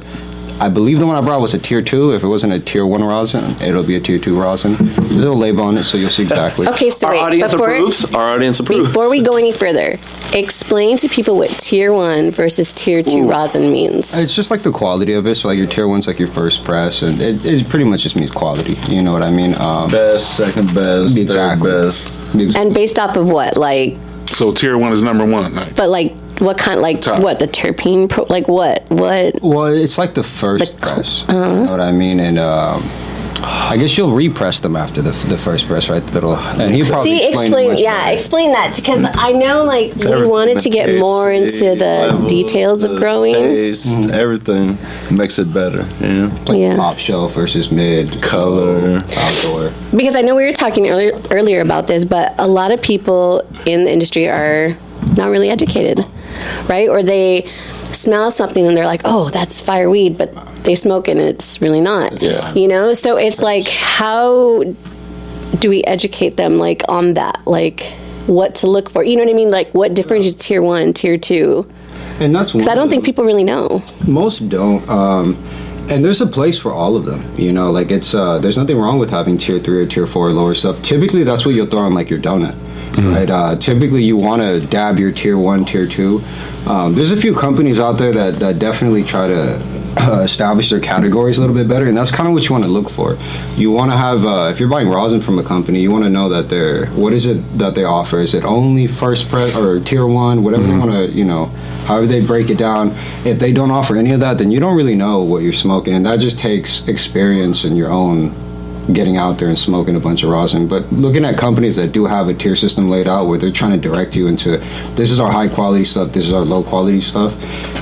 Speaker 4: I believe the one I brought was a tier two. If it wasn't a tier one rosin, it'll be a tier two rosin. There's a little label on it, so you'll see exactly.
Speaker 1: Okay, so
Speaker 3: (laughs) Our
Speaker 1: wait,
Speaker 3: audience
Speaker 1: before,
Speaker 3: approves. Our audience approves.
Speaker 1: before we go any further, explain to people what tier one versus tier two rosin means.
Speaker 4: It's just like the quality of it. So like your tier one's like your first press, and it, it pretty much just means quality. You know what I mean? Um,
Speaker 5: Best, second best,
Speaker 4: Exactly.
Speaker 5: third best.
Speaker 1: And based off of what, like,
Speaker 2: So tier one is number one. Like, (laughs)
Speaker 1: but like, what kind, like,
Speaker 2: Top.
Speaker 1: what the terpene, pro, like, what, what?
Speaker 4: Well, it's like the first
Speaker 1: The cl- uh-huh.
Speaker 4: press. You know what I mean? And um, I guess you'll repress them after the, the first press, right? That'll, and he'll probably
Speaker 1: See, explain,
Speaker 4: much
Speaker 1: yeah,
Speaker 4: better.
Speaker 1: explain that because I know, like, we
Speaker 5: Everything,
Speaker 1: wanted
Speaker 5: the
Speaker 1: to get
Speaker 5: taste,
Speaker 1: more into the
Speaker 5: level,
Speaker 1: details of
Speaker 5: the
Speaker 1: growing.
Speaker 5: taste,
Speaker 4: Mm-hmm.
Speaker 5: everything makes it better. You know?
Speaker 4: Like
Speaker 1: yeah.
Speaker 4: Top shelf versus mid,
Speaker 5: Color.
Speaker 4: low, outdoor.
Speaker 1: because I know we were talking earlier, earlier about this, but a lot of people in the industry are not really educated, right? Or they smell something and they're like, "Oh, that's fireweed," but they smoke it and it's really not.
Speaker 3: Yeah.
Speaker 1: You know, so it's like how do we educate them like on that? Like what to look for. You know what I mean? Like what differentiates tier 1, tier 2?
Speaker 4: And that's one
Speaker 1: Cuz I don't
Speaker 4: of
Speaker 1: think people really know.
Speaker 4: most don't um and there's a place for all of them you know like it's uh there's nothing wrong with having tier three or tier four lower stuff typically that's what you'll throw on like your donut right uh typically you want to dab your tier one tier two um, there's a few companies out there that, that definitely try to uh, establish their categories a little bit better and that's kind of what you want to look for you want to have uh, if you're buying rosin from a company you want to know that they're what is it that they offer is it only first press or tier one whatever they want to you know however they break it down if they don't offer any of that then you don't really know what you're smoking and that just takes experience and your own getting out there and smoking a bunch of rosin but looking at companies that do have a tier system laid out where they're trying to direct you into this is our high quality stuff this is our low quality stuff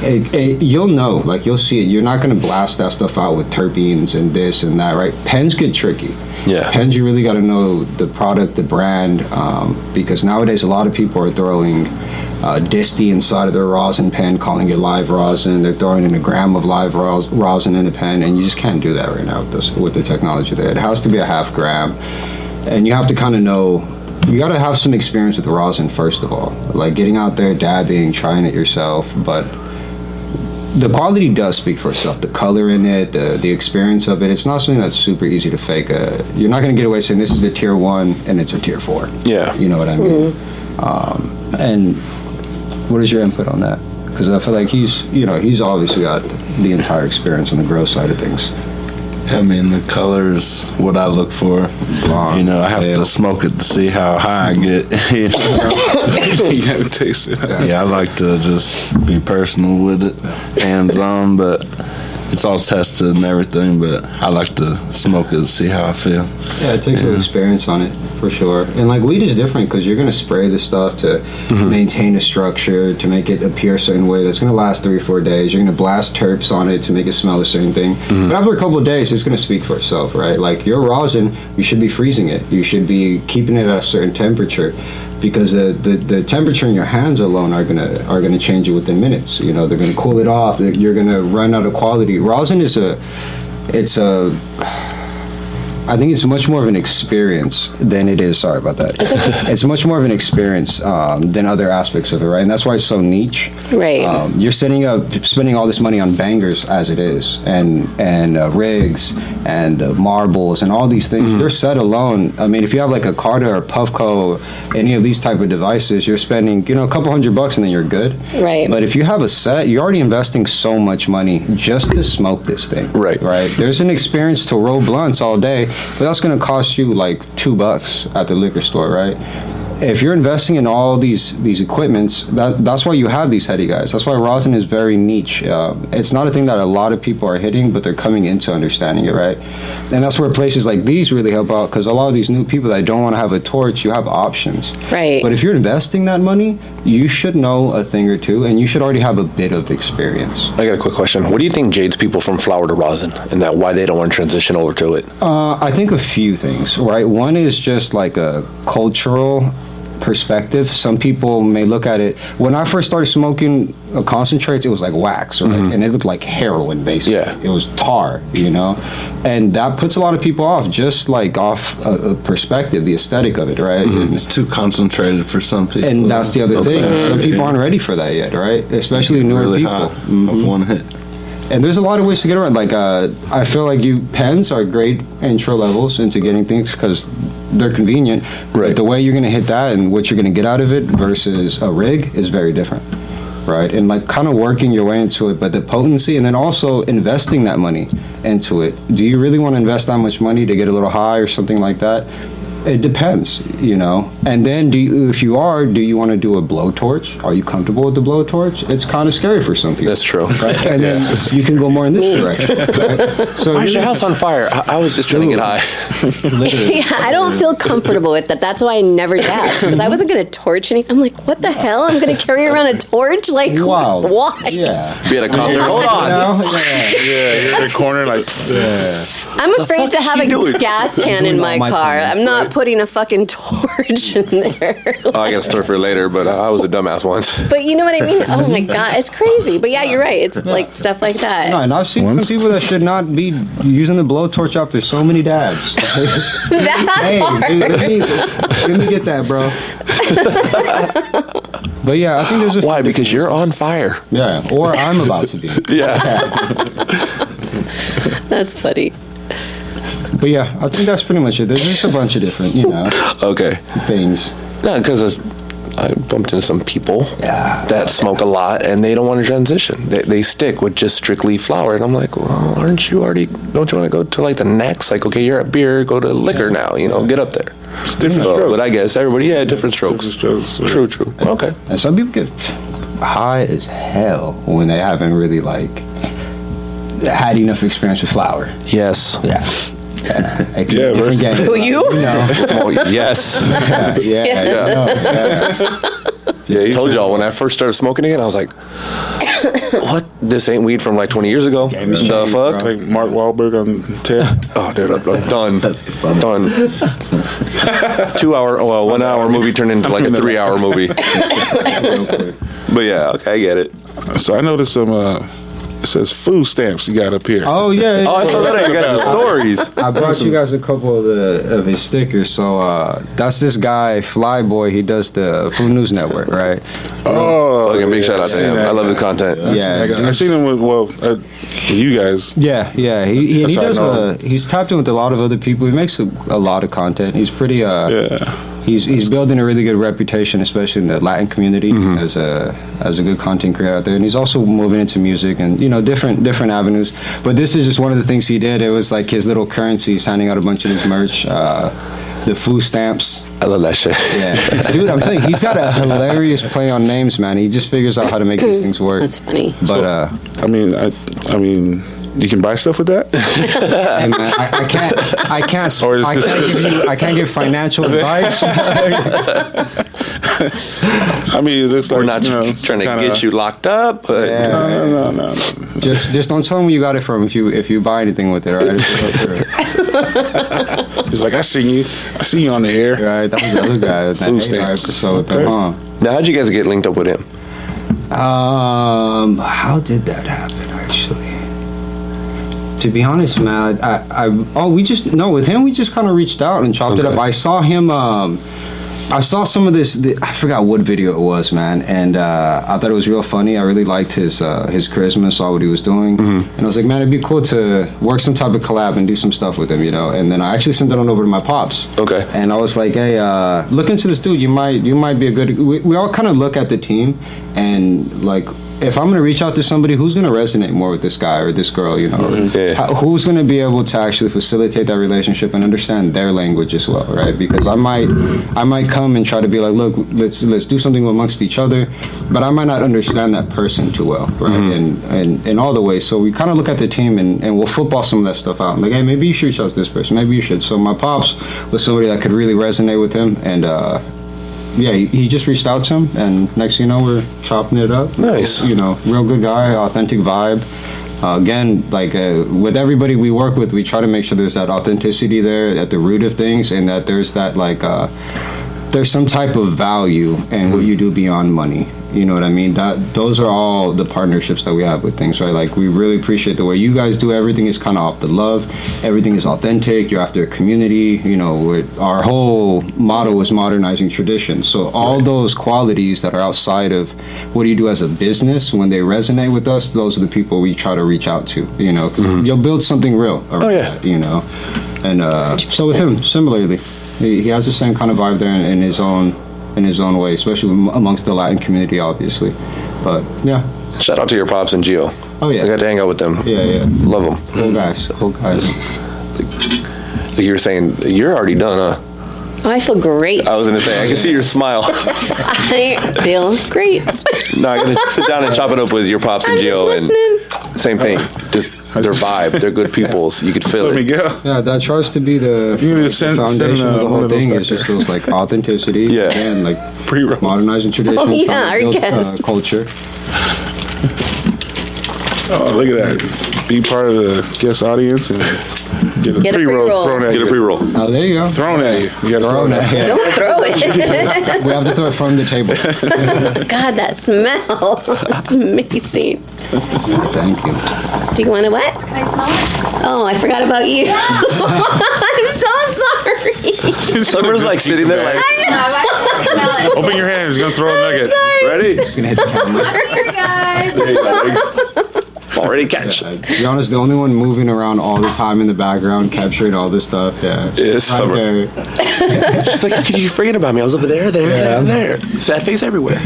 Speaker 4: it, it, you'll know like you'll see it you're not going to blast that stuff out with terpenes and this and that right pens get tricky
Speaker 3: Yeah.
Speaker 4: pens you really got to know the product the brand um, because nowadays a lot of people are throwing uh, disty inside of their rosin pen calling it live rosin they're throwing in a gram of live ros- rosin in a pen and you just can't do that right now with this with the technology there it has to be a half gram and you have to kind of know you got to have some experience with rosin first of all like getting out there dabbing trying it yourself but the quality does speak for itself. The color in it, the, the experience of it. It's not something that's super easy to fake. Uh, you're not going to get away saying this is a tier one and it's a tier four.
Speaker 3: Yeah.
Speaker 4: you know what I mean. Um, and what is your input on that? Because I feel like he's, you know, he's obviously got the entire experience on the growth side of things.
Speaker 5: I mean, the colors, what I look for.
Speaker 4: Blonde,
Speaker 5: you know, I have
Speaker 4: pale.
Speaker 5: to smoke it to see how high I get. (laughs) you know?
Speaker 2: you gotta taste it.
Speaker 5: yeah, I like to just be personal with it, hands on, but it's all tested and everything. But I like to smoke it to see how I feel.
Speaker 4: Yeah, it takes an experience on it for sure. And like weed is different because you're gonna spray the stuff to maintain a structure to make it appear a certain way that's gonna last three four days. You're gonna blast terps on it to make it smell a certain thing. But after a couple of days, it's gonna speak for itself, right? Like your rosin, you should be freezing it. You should be keeping it at a certain temperature. Because the, the, the temperature in your hands alone are gonna are gonna change it within minutes. You know they're gonna cool it off. You're gonna run out of quality. Rosin is a it's a I think it's much more of an experience than it is. Sorry about that. (laughs) it's much more of an experience um, than other aspects of it, right? And that's why it's so niche.
Speaker 1: Right.
Speaker 4: Um, you're setting up, spending all this money on bangers as it is, and and uh, rigs and uh, marbles and all these things. Your set alone. I mean, if you have like a Carter or Puffco, any of these type of devices, you're spending you know a couple hundred bucks and then you're good.
Speaker 1: Right.
Speaker 4: But if you have a set, you're already investing so much money just to smoke this thing.
Speaker 3: Right.
Speaker 4: Right. There's an experience to roll blunts all day, but that's going to cost you like two bucks at the liquor store, right? If you're investing in all these these equipments, that, that's why you have these heady guys. That's why rosin is very niche. Uh, it's not a thing that a lot of people are hitting, but they're coming into understanding it, right? And that's where places like these really help out because a lot of these new people that don't want to have a torch, you have options.
Speaker 1: Right.
Speaker 4: But if you're investing that money, you should know a thing or two, and you should already have a bit of experience.
Speaker 3: I got a quick question. What do you think jades people from flower to rosin, and that why they don't want to transition over to it?
Speaker 4: Uh, I think a few things, right? One is just like a cultural perspective. Some people may look at it. When I first started smoking uh, concentrates, it was like wax, right?
Speaker 5: Mm-hmm.
Speaker 4: And it looked like heroin, basically.
Speaker 3: Yeah.
Speaker 4: It was tar, you know? And that puts a lot of people off, just like off a, a perspective, the aesthetic of it, right?
Speaker 5: It's too concentrated for some people.
Speaker 4: And that's the other thing.
Speaker 5: Mm-hmm. Okay.
Speaker 4: Some people aren't ready for that yet, right? Especially newer
Speaker 5: really
Speaker 4: people. Mm-hmm.
Speaker 5: high off one hit.
Speaker 4: And there's a lot of ways to get around. Like, uh, I feel like you pens are great intro levels into getting things because they're convenient.
Speaker 3: Right.
Speaker 4: But the way you're going to hit that and what you're going to get out of it versus a rig is very different. Right. And like kind of working your way into it, but the potency and then also investing that money into it. Do you really want to invest that much money to get a little high or something like that? It depends, you know. And then, do you, if you are, do you want to do a blowtorch? Are you comfortable with the blowtorch? It's kind of scary for some people
Speaker 3: That's true.
Speaker 4: right? (laughs) And then you can go more in this direction. Right?
Speaker 3: (laughs)
Speaker 4: So
Speaker 3: Why is
Speaker 4: you-
Speaker 3: your house on fire? I, I was just trying to get high. (laughs)
Speaker 1: (laughs) yeah, I don't feel comfortable with that. That's why I never dabbed. 'cause I wasn't going to torch anything. I'm like, what the hell? I'm going to carry around a torch? Like,
Speaker 4: (laughs)
Speaker 1: (laughs)
Speaker 4: wow,
Speaker 1: why?
Speaker 4: Yeah.
Speaker 3: Be at a concert. Hold on.
Speaker 4: No, yeah.
Speaker 2: Yeah, you're in the corner like.
Speaker 1: I'm afraid to
Speaker 3: fuck's
Speaker 1: have
Speaker 3: she
Speaker 1: a
Speaker 3: doing?
Speaker 1: (laughs) gas can in
Speaker 4: doing
Speaker 1: my,
Speaker 4: all my
Speaker 1: car.
Speaker 4: things,
Speaker 1: I'm not putting a fucking (laughs) torch in there. (laughs)
Speaker 3: Oh, I got a story for later, but uh, I was a dumbass once.
Speaker 1: but you know what I mean? Oh my god, it's crazy. But yeah, you're right. It's like stuff like that.
Speaker 4: No,
Speaker 1: (laughs)
Speaker 4: and I've seen
Speaker 5: Once-
Speaker 4: some people that should not be using the blowtorch after so many dabs.
Speaker 1: That
Speaker 4: (laughs) hey,
Speaker 1: part.
Speaker 4: dude, let, me, let me get that, bro. but yeah, I think there's a
Speaker 3: Why? Because you're on fire.
Speaker 4: yeah, or I'm about to be.
Speaker 3: (laughs) Yeah.
Speaker 1: That's funny.
Speaker 4: But yeah, I think that's pretty much it. There's just a bunch of different, you know,
Speaker 3: okay.
Speaker 4: things.
Speaker 3: No, because I bumped into some people that smoke a lot and they don't want to transition. They, they stick with just strictly flower. And I'm like, well, aren't you already, don't you want to go to like the next? Like, okay, you're at beer, go to liquor now, you know, get up there.
Speaker 2: It's different
Speaker 3: So,
Speaker 2: strokes.
Speaker 3: but I guess everybody, yeah, different strokes.
Speaker 2: Different strokes.
Speaker 3: True, true. Okay.
Speaker 4: And some people get high as hell when they haven't really like had enough experience with flour.
Speaker 3: Yes.
Speaker 4: Yeah. Yeah, I can-
Speaker 2: Yeah,
Speaker 4: you
Speaker 2: versus-
Speaker 4: forget it.
Speaker 1: (laughs) Who you?
Speaker 4: No.
Speaker 3: Oh, yes.
Speaker 4: Yeah, yeah,
Speaker 1: Yeah.
Speaker 4: no,
Speaker 2: Yeah, you
Speaker 3: told
Speaker 2: should-
Speaker 3: y'all when I first started smoking again, I was like, (coughs) what? This ain't weed from like 20 years ago.
Speaker 4: Game is
Speaker 3: The
Speaker 4: changed,
Speaker 3: fuck?
Speaker 4: bro.
Speaker 2: Like Mark Wahlberg on Ted.
Speaker 3: (laughs) Oh, dude, I'm, I'm done. done. (laughs) Two hour, well, one hour movie turned into like a three hour movie. but yeah, okay, I get it.
Speaker 2: So I noticed some uh, It says food stamps he got up here.
Speaker 4: Oh yeah. yeah,
Speaker 3: Oh, I
Speaker 4: yeah.
Speaker 3: saw that. You guys the stories.
Speaker 4: I brought you guys a couple of the of his stickers. So uh, that's this guy Flyboy. He does the Food News Network, right?
Speaker 2: Oh,
Speaker 3: Fucking big
Speaker 2: yeah,
Speaker 3: shout
Speaker 2: I
Speaker 3: out to
Speaker 2: seen
Speaker 3: him.
Speaker 2: that.
Speaker 3: I love the content.
Speaker 4: Yeah.
Speaker 2: I, got- I seen him with well, uh, with you guys.
Speaker 4: Yeah, yeah. He he, he
Speaker 2: That's how I
Speaker 4: does
Speaker 2: know
Speaker 4: a, he's tapped in with a lot of other people. He makes a, a lot of content. He's pretty uh
Speaker 2: Yeah,
Speaker 4: he's he's building a really good reputation, especially in the Latin community
Speaker 2: Mm-hmm.
Speaker 4: as a as a good content creator out there. And he's also moving into music and you know different different avenues. But this is just one of the things he did. It was like his little currency, signing out a bunch of his merch, uh, the foo stamps.
Speaker 3: I love that shit.
Speaker 4: Yeah, (laughs) dude, I'm saying he's got a hilarious play on names, man. He just figures out how to make these things work.
Speaker 1: That's funny.
Speaker 4: But uh,
Speaker 2: I mean, I, I mean, you can buy stuff with that.
Speaker 4: hey, man, I, I can't, I can't, sp-
Speaker 2: (laughs) Or is
Speaker 4: I
Speaker 2: this
Speaker 4: can't
Speaker 2: just-
Speaker 4: give you, I can't give
Speaker 2: (laughs)
Speaker 4: financial advice. (laughs)
Speaker 2: I mean, it
Speaker 3: (laughs)
Speaker 2: looks
Speaker 3: We're
Speaker 2: like
Speaker 3: not
Speaker 2: you know,
Speaker 3: tr- trying to
Speaker 2: kinda-
Speaker 3: get you locked up, but
Speaker 4: Yeah.
Speaker 2: No, no, no, no, no.
Speaker 4: just, just don't tell him where you got it from if you if you buy anything with it. All right, Just go through it.
Speaker 2: He's like, I see you, I see you on the air.
Speaker 4: Right, that was the other guy. That
Speaker 2: Food
Speaker 4: AI
Speaker 2: stamps.
Speaker 4: episode,
Speaker 2: Okay.
Speaker 4: huh?
Speaker 3: now how'd you guys get linked up with him?
Speaker 4: Um, how did that happen? Actually, to be honest, man, I, I, I oh, we just no with him. We just kind of reached out and chopped it up.
Speaker 3: Okay.
Speaker 4: I saw him. Um, I saw some of this. The, I forgot what video it was, man, and uh, I thought it was real funny. I really liked his uh, his charisma, saw what he was doing,
Speaker 3: Mm-hmm.
Speaker 4: and I was like, man, it'd be cool to work some type of collab and do some stuff with him, you know. And then I actually sent it on over to my pops.
Speaker 3: Okay.
Speaker 4: And I was like, hey, uh, look into this dude. You might you might be a good. We, we all kind of look at the team and like. If I'm gonna reach out to somebody, who's gonna resonate more with this guy or this girl, you know,
Speaker 3: Yeah.
Speaker 4: How- who's going to be able to actually facilitate that relationship and understand their language as well, right? Because I might, I might come and try to be like, look, let's let's do something amongst each other, but I might not understand that person too well, right? And and in all the ways. So we kind of look at the team and, and we'll football some of that stuff out. Like, hey, maybe you should reach out to this person. Maybe you should. So my pops was somebody that could really resonate with him, and uh, yeah, he, he just reached out to him, and next thing you know, we're chopping it up.
Speaker 3: Nice.
Speaker 4: You know, real good guy, authentic vibe. Uh, again, like uh, with everybody we work with, we try to make sure there's that authenticity there at the root of things, and that there's that like uh, there's some type of value in what you do beyond money. You know what I mean? That those are all the partnerships that we have with things, right? Like we really appreciate the way you guys do everything is kind of off the love. Everything is authentic. You're after a community. You know, with- our whole motto is modernizing tradition. So all those qualities that are outside of what do you do as a business when they resonate with us, those are the people we try to reach out to. You know, 'cause you'll build something real. Around
Speaker 3: yeah.
Speaker 4: that, you know, and uh, so with him similarly, he, he has the same kind of vibe there in, in his own in his own way, especially am- amongst the Latin community, obviously. But yeah,
Speaker 3: Shout out to your pops and Gio.
Speaker 4: Oh, yeah.
Speaker 3: I got to hang out with them.
Speaker 4: yeah, yeah.
Speaker 3: Love them.
Speaker 4: Cool guys, cool guys.
Speaker 3: Like you were saying, you're already done, huh?
Speaker 1: Oh, I feel great.
Speaker 3: I was gonna say, I can see your smile.
Speaker 1: (laughs)
Speaker 3: (laughs)
Speaker 1: I feel great.
Speaker 3: no, I gotta sit down and chop it up with your pops
Speaker 1: I'm
Speaker 3: and
Speaker 1: just
Speaker 3: Gio, and
Speaker 1: listening.
Speaker 3: same thing. Just their vibe. They're good people. So you could feel
Speaker 2: Let me
Speaker 3: it.
Speaker 2: go. (laughs)
Speaker 4: Yeah, that tries to be the,
Speaker 2: You need to
Speaker 4: the
Speaker 2: send- send,
Speaker 4: foundation
Speaker 2: uh,
Speaker 4: of the
Speaker 2: one
Speaker 4: whole
Speaker 2: of those
Speaker 4: thing.
Speaker 2: back
Speaker 4: Is just
Speaker 2: (laughs)
Speaker 4: those like authenticity,
Speaker 3: Yeah.
Speaker 4: and like
Speaker 2: Pre-rolls.
Speaker 4: modernizing
Speaker 1: (laughs)
Speaker 4: tradition,
Speaker 1: Oh, yeah,
Speaker 4: trying to
Speaker 1: our
Speaker 4: build,
Speaker 1: guest.
Speaker 4: uh, culture.
Speaker 2: Oh, look at that. Be part of the guest audience and get a
Speaker 1: Get a
Speaker 2: pre-roll,
Speaker 1: pre-roll.
Speaker 2: thrown at
Speaker 3: Get
Speaker 2: you.
Speaker 3: a pre-roll.
Speaker 4: Oh, there you go.
Speaker 2: Thrown at you. You got
Speaker 4: Throw
Speaker 2: thrown at
Speaker 4: that. Yeah.
Speaker 1: Don't throw
Speaker 3: (laughs)
Speaker 1: it. (laughs)
Speaker 4: we have to throw it from
Speaker 2: (laughs)
Speaker 4: the table.
Speaker 1: God, that smell. (laughs) It's amazing.
Speaker 4: Thank you.
Speaker 1: Do you want to what?
Speaker 6: Can I smell
Speaker 1: Oh, I forgot about you. (laughs) I'm so sorry.
Speaker 2: you.
Speaker 3: Summer's like sitting there like,
Speaker 6: it? (laughs) No, I can smell it.
Speaker 2: Open your hands. You're gonna throw a nugget.
Speaker 3: ready?
Speaker 4: Just gonna hit the camera.
Speaker 6: Hey, guys.
Speaker 3: There you go, there you go. (laughs) Already catch.
Speaker 4: To be honest, the only one moving around all the time in the background, capturing all this stuff. Yeah.
Speaker 3: Yes,
Speaker 4: right
Speaker 3: summer.
Speaker 4: there.
Speaker 3: She's like, you forget about me. I was over there, there, there, there. Sad face everywhere.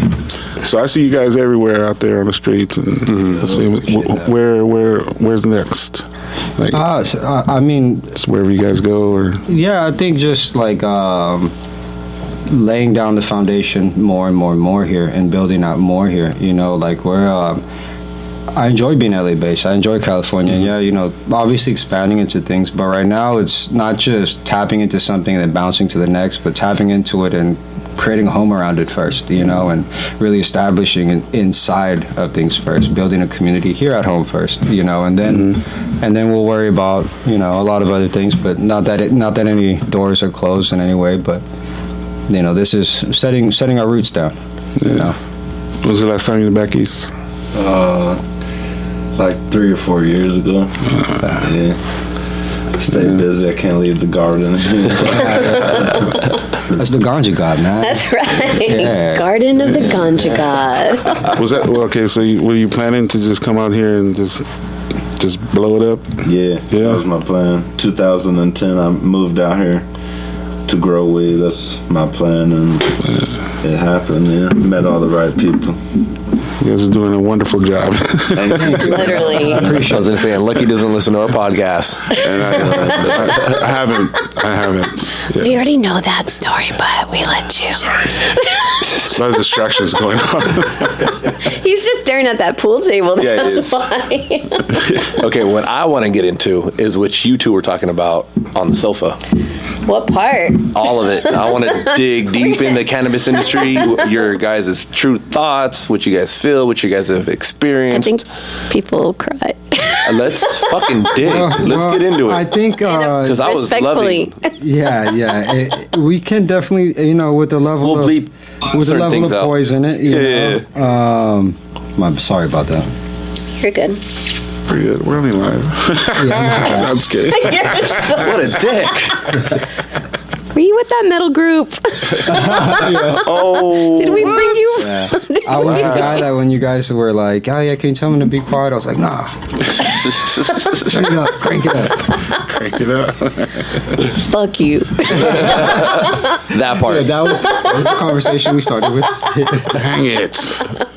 Speaker 2: So I see you guys everywhere out there on the streets. And see wh- where, where, where's next? Like
Speaker 4: Uh, so, uh, I mean,
Speaker 2: it's wherever you guys go, or
Speaker 4: yeah, I think just like um, laying down the foundation more and more and more here and building out more here. You know, like we're. Um, I enjoy being LA based. I enjoy California. Yeah, you know, obviously expanding into things, but right now it's not just tapping into something and then bouncing to the next, but tapping into it and creating a home around it first, you know, and really establishing an inside of things first, building a community here at home first, you know, and then and then we'll worry about, you know, a lot of other things, but not that it, not that any doors are closed in any way, but you know, this is setting setting our roots down. You know.
Speaker 2: when was the last time you were back east?
Speaker 5: Uh, like three or four years ago.
Speaker 4: Ah.
Speaker 5: yeah. Stay busy. I can't leave
Speaker 4: (laughs)
Speaker 5: the garden. (laughs)
Speaker 4: That's the ganja god, man.
Speaker 1: That's right.
Speaker 4: Yeah.
Speaker 1: Garden of the Ganja God.
Speaker 2: Was that well, okay? So you, were you planning to just come out here and just just blow it up?
Speaker 5: Yeah,
Speaker 2: Yeah.
Speaker 5: that was my plan. 2010, I moved out here to grow weed. That's my plan, and it happened. Yeah, met all the right people.
Speaker 2: You guys are doing a wonderful job. (laughs)
Speaker 5: (laughs) Thank you.
Speaker 1: Literally.
Speaker 3: I was gonna say, and Lucky doesn't listen to our podcast.
Speaker 2: and I, I, I haven't. I haven't.
Speaker 1: We
Speaker 2: Yeah.
Speaker 1: already know that story, but we let you.
Speaker 2: A lot of distractions going on.
Speaker 1: He's just staring at that pool table.
Speaker 3: Yeah, he
Speaker 1: That's
Speaker 3: is.
Speaker 1: why.
Speaker 3: Okay, what I want to get into is what you two were talking about on the sofa.
Speaker 1: what part?
Speaker 3: All of it. I want to dig deep in the cannabis industry. Your guys' true thoughts, what you guys feel, what you guys have
Speaker 1: I
Speaker 3: experienced.
Speaker 1: think people cry.
Speaker 3: Let's fucking dig.
Speaker 1: (laughs)
Speaker 3: (laughs) Let's
Speaker 4: Uh, Well,
Speaker 3: get into
Speaker 4: I
Speaker 3: it.
Speaker 4: think, uh,
Speaker 3: Because I was
Speaker 1: Respectfully.
Speaker 3: loving.
Speaker 4: yeah, yeah, it, we can definitely, you know, with the level
Speaker 3: We'll
Speaker 4: of
Speaker 3: bleep
Speaker 4: with the
Speaker 3: certain
Speaker 4: level
Speaker 3: things
Speaker 4: of
Speaker 3: out.
Speaker 4: poison, it, you
Speaker 3: Yeah.
Speaker 4: know, um, I'm sorry about that.
Speaker 1: You're good. (laughs)
Speaker 2: Pretty good. We're only live. (laughs)
Speaker 4: Yeah,
Speaker 2: I'm just kidding. (laughs)
Speaker 1: You're so-
Speaker 3: What a (laughs) dick.
Speaker 1: Were you with that middle group?
Speaker 3: Oh.
Speaker 1: Did we bring you? (laughs)
Speaker 4: I was the guy that when you guys were like, "Oh yeah, can you tell me to be quiet?" I was like, "Nah, turn it up, crank it up."
Speaker 2: Crank it up.
Speaker 1: Fuck you.
Speaker 3: (laughs) that part.
Speaker 4: Yeah, that was that was the conversation we started with.
Speaker 2: Dang it.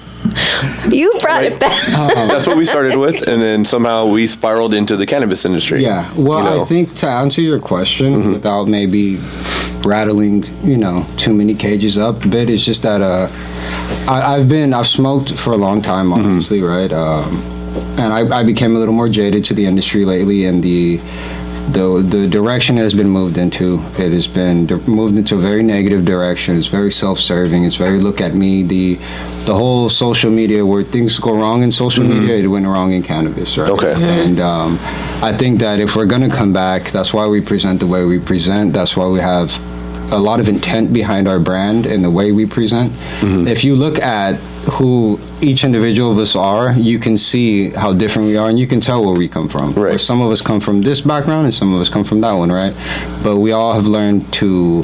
Speaker 1: You brought it back.
Speaker 3: That's what we started with, and then somehow we spiraled into the cannabis industry.
Speaker 4: Yeah. Well,
Speaker 3: You know? Mm-hmm.
Speaker 4: I think to answer your question without maybe rattling, you know, too many cages up a bit, it's just that uh, I, I've been I've smoked for a long time,
Speaker 3: Mm-hmm.
Speaker 4: obviously, right? Um, and I, I became a little more jaded to the industry lately, and the the the direction it has been moved into it has been di- moved into a very negative direction. It's very self-serving. It's very look at me. The the whole social media where things go wrong in social
Speaker 3: Mm-hmm.
Speaker 4: media, it went wrong in cannabis, right?
Speaker 3: Okay.
Speaker 4: And um, I think that if we're going to come back, that's why we present the way we present. That's why we have a lot of intent behind our brand and the way we present.
Speaker 3: Mm-hmm.
Speaker 4: If you look at who each individual of us are, you can see how different we are and you can tell where we come from.
Speaker 3: Right.
Speaker 4: Where Some of us come from this background and some of us come from that one, right? But we all have learned to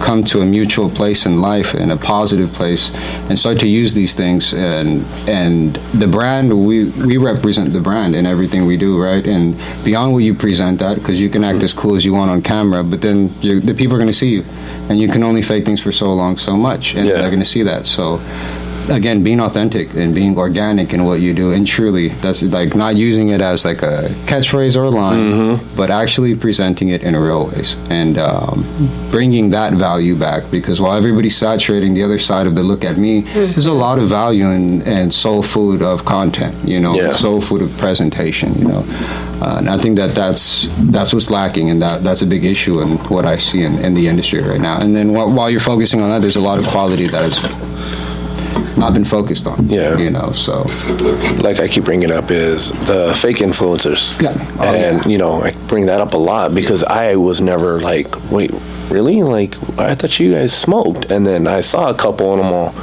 Speaker 4: come to a mutual place in life and a positive place and start to use these things and and the brand we we represent the brand in everything we do right and beyond what you present that because you can act as cool as you want on camera but then you the people are going to see you and you can only fake things for so long so much and
Speaker 3: Yeah.
Speaker 4: they're going to see that so again being authentic and being organic in what you do and truly that's like not using it as like a catchphrase or a line but actually presenting it in a real ways and um, bringing that value back because while everybody's saturating the other side of the look at me there's a lot of value in and soul food of content you know
Speaker 3: Yeah.
Speaker 4: soul food of presentation you know uh, and I think that that's that's what's lacking, and that that's a big issue in what I see in, in the industry right now. And then while, while you're focusing on that, there's a lot of quality that is not been focused on.
Speaker 3: Yeah.
Speaker 4: You know, so
Speaker 3: like I keep bringing up is the fake influencers.
Speaker 4: Yeah. Oh,
Speaker 3: and
Speaker 4: yeah.
Speaker 3: you know, I bring that up a lot because I was never like, wait, really? Like I thought you guys smoked, and then I saw a couple and I'm all.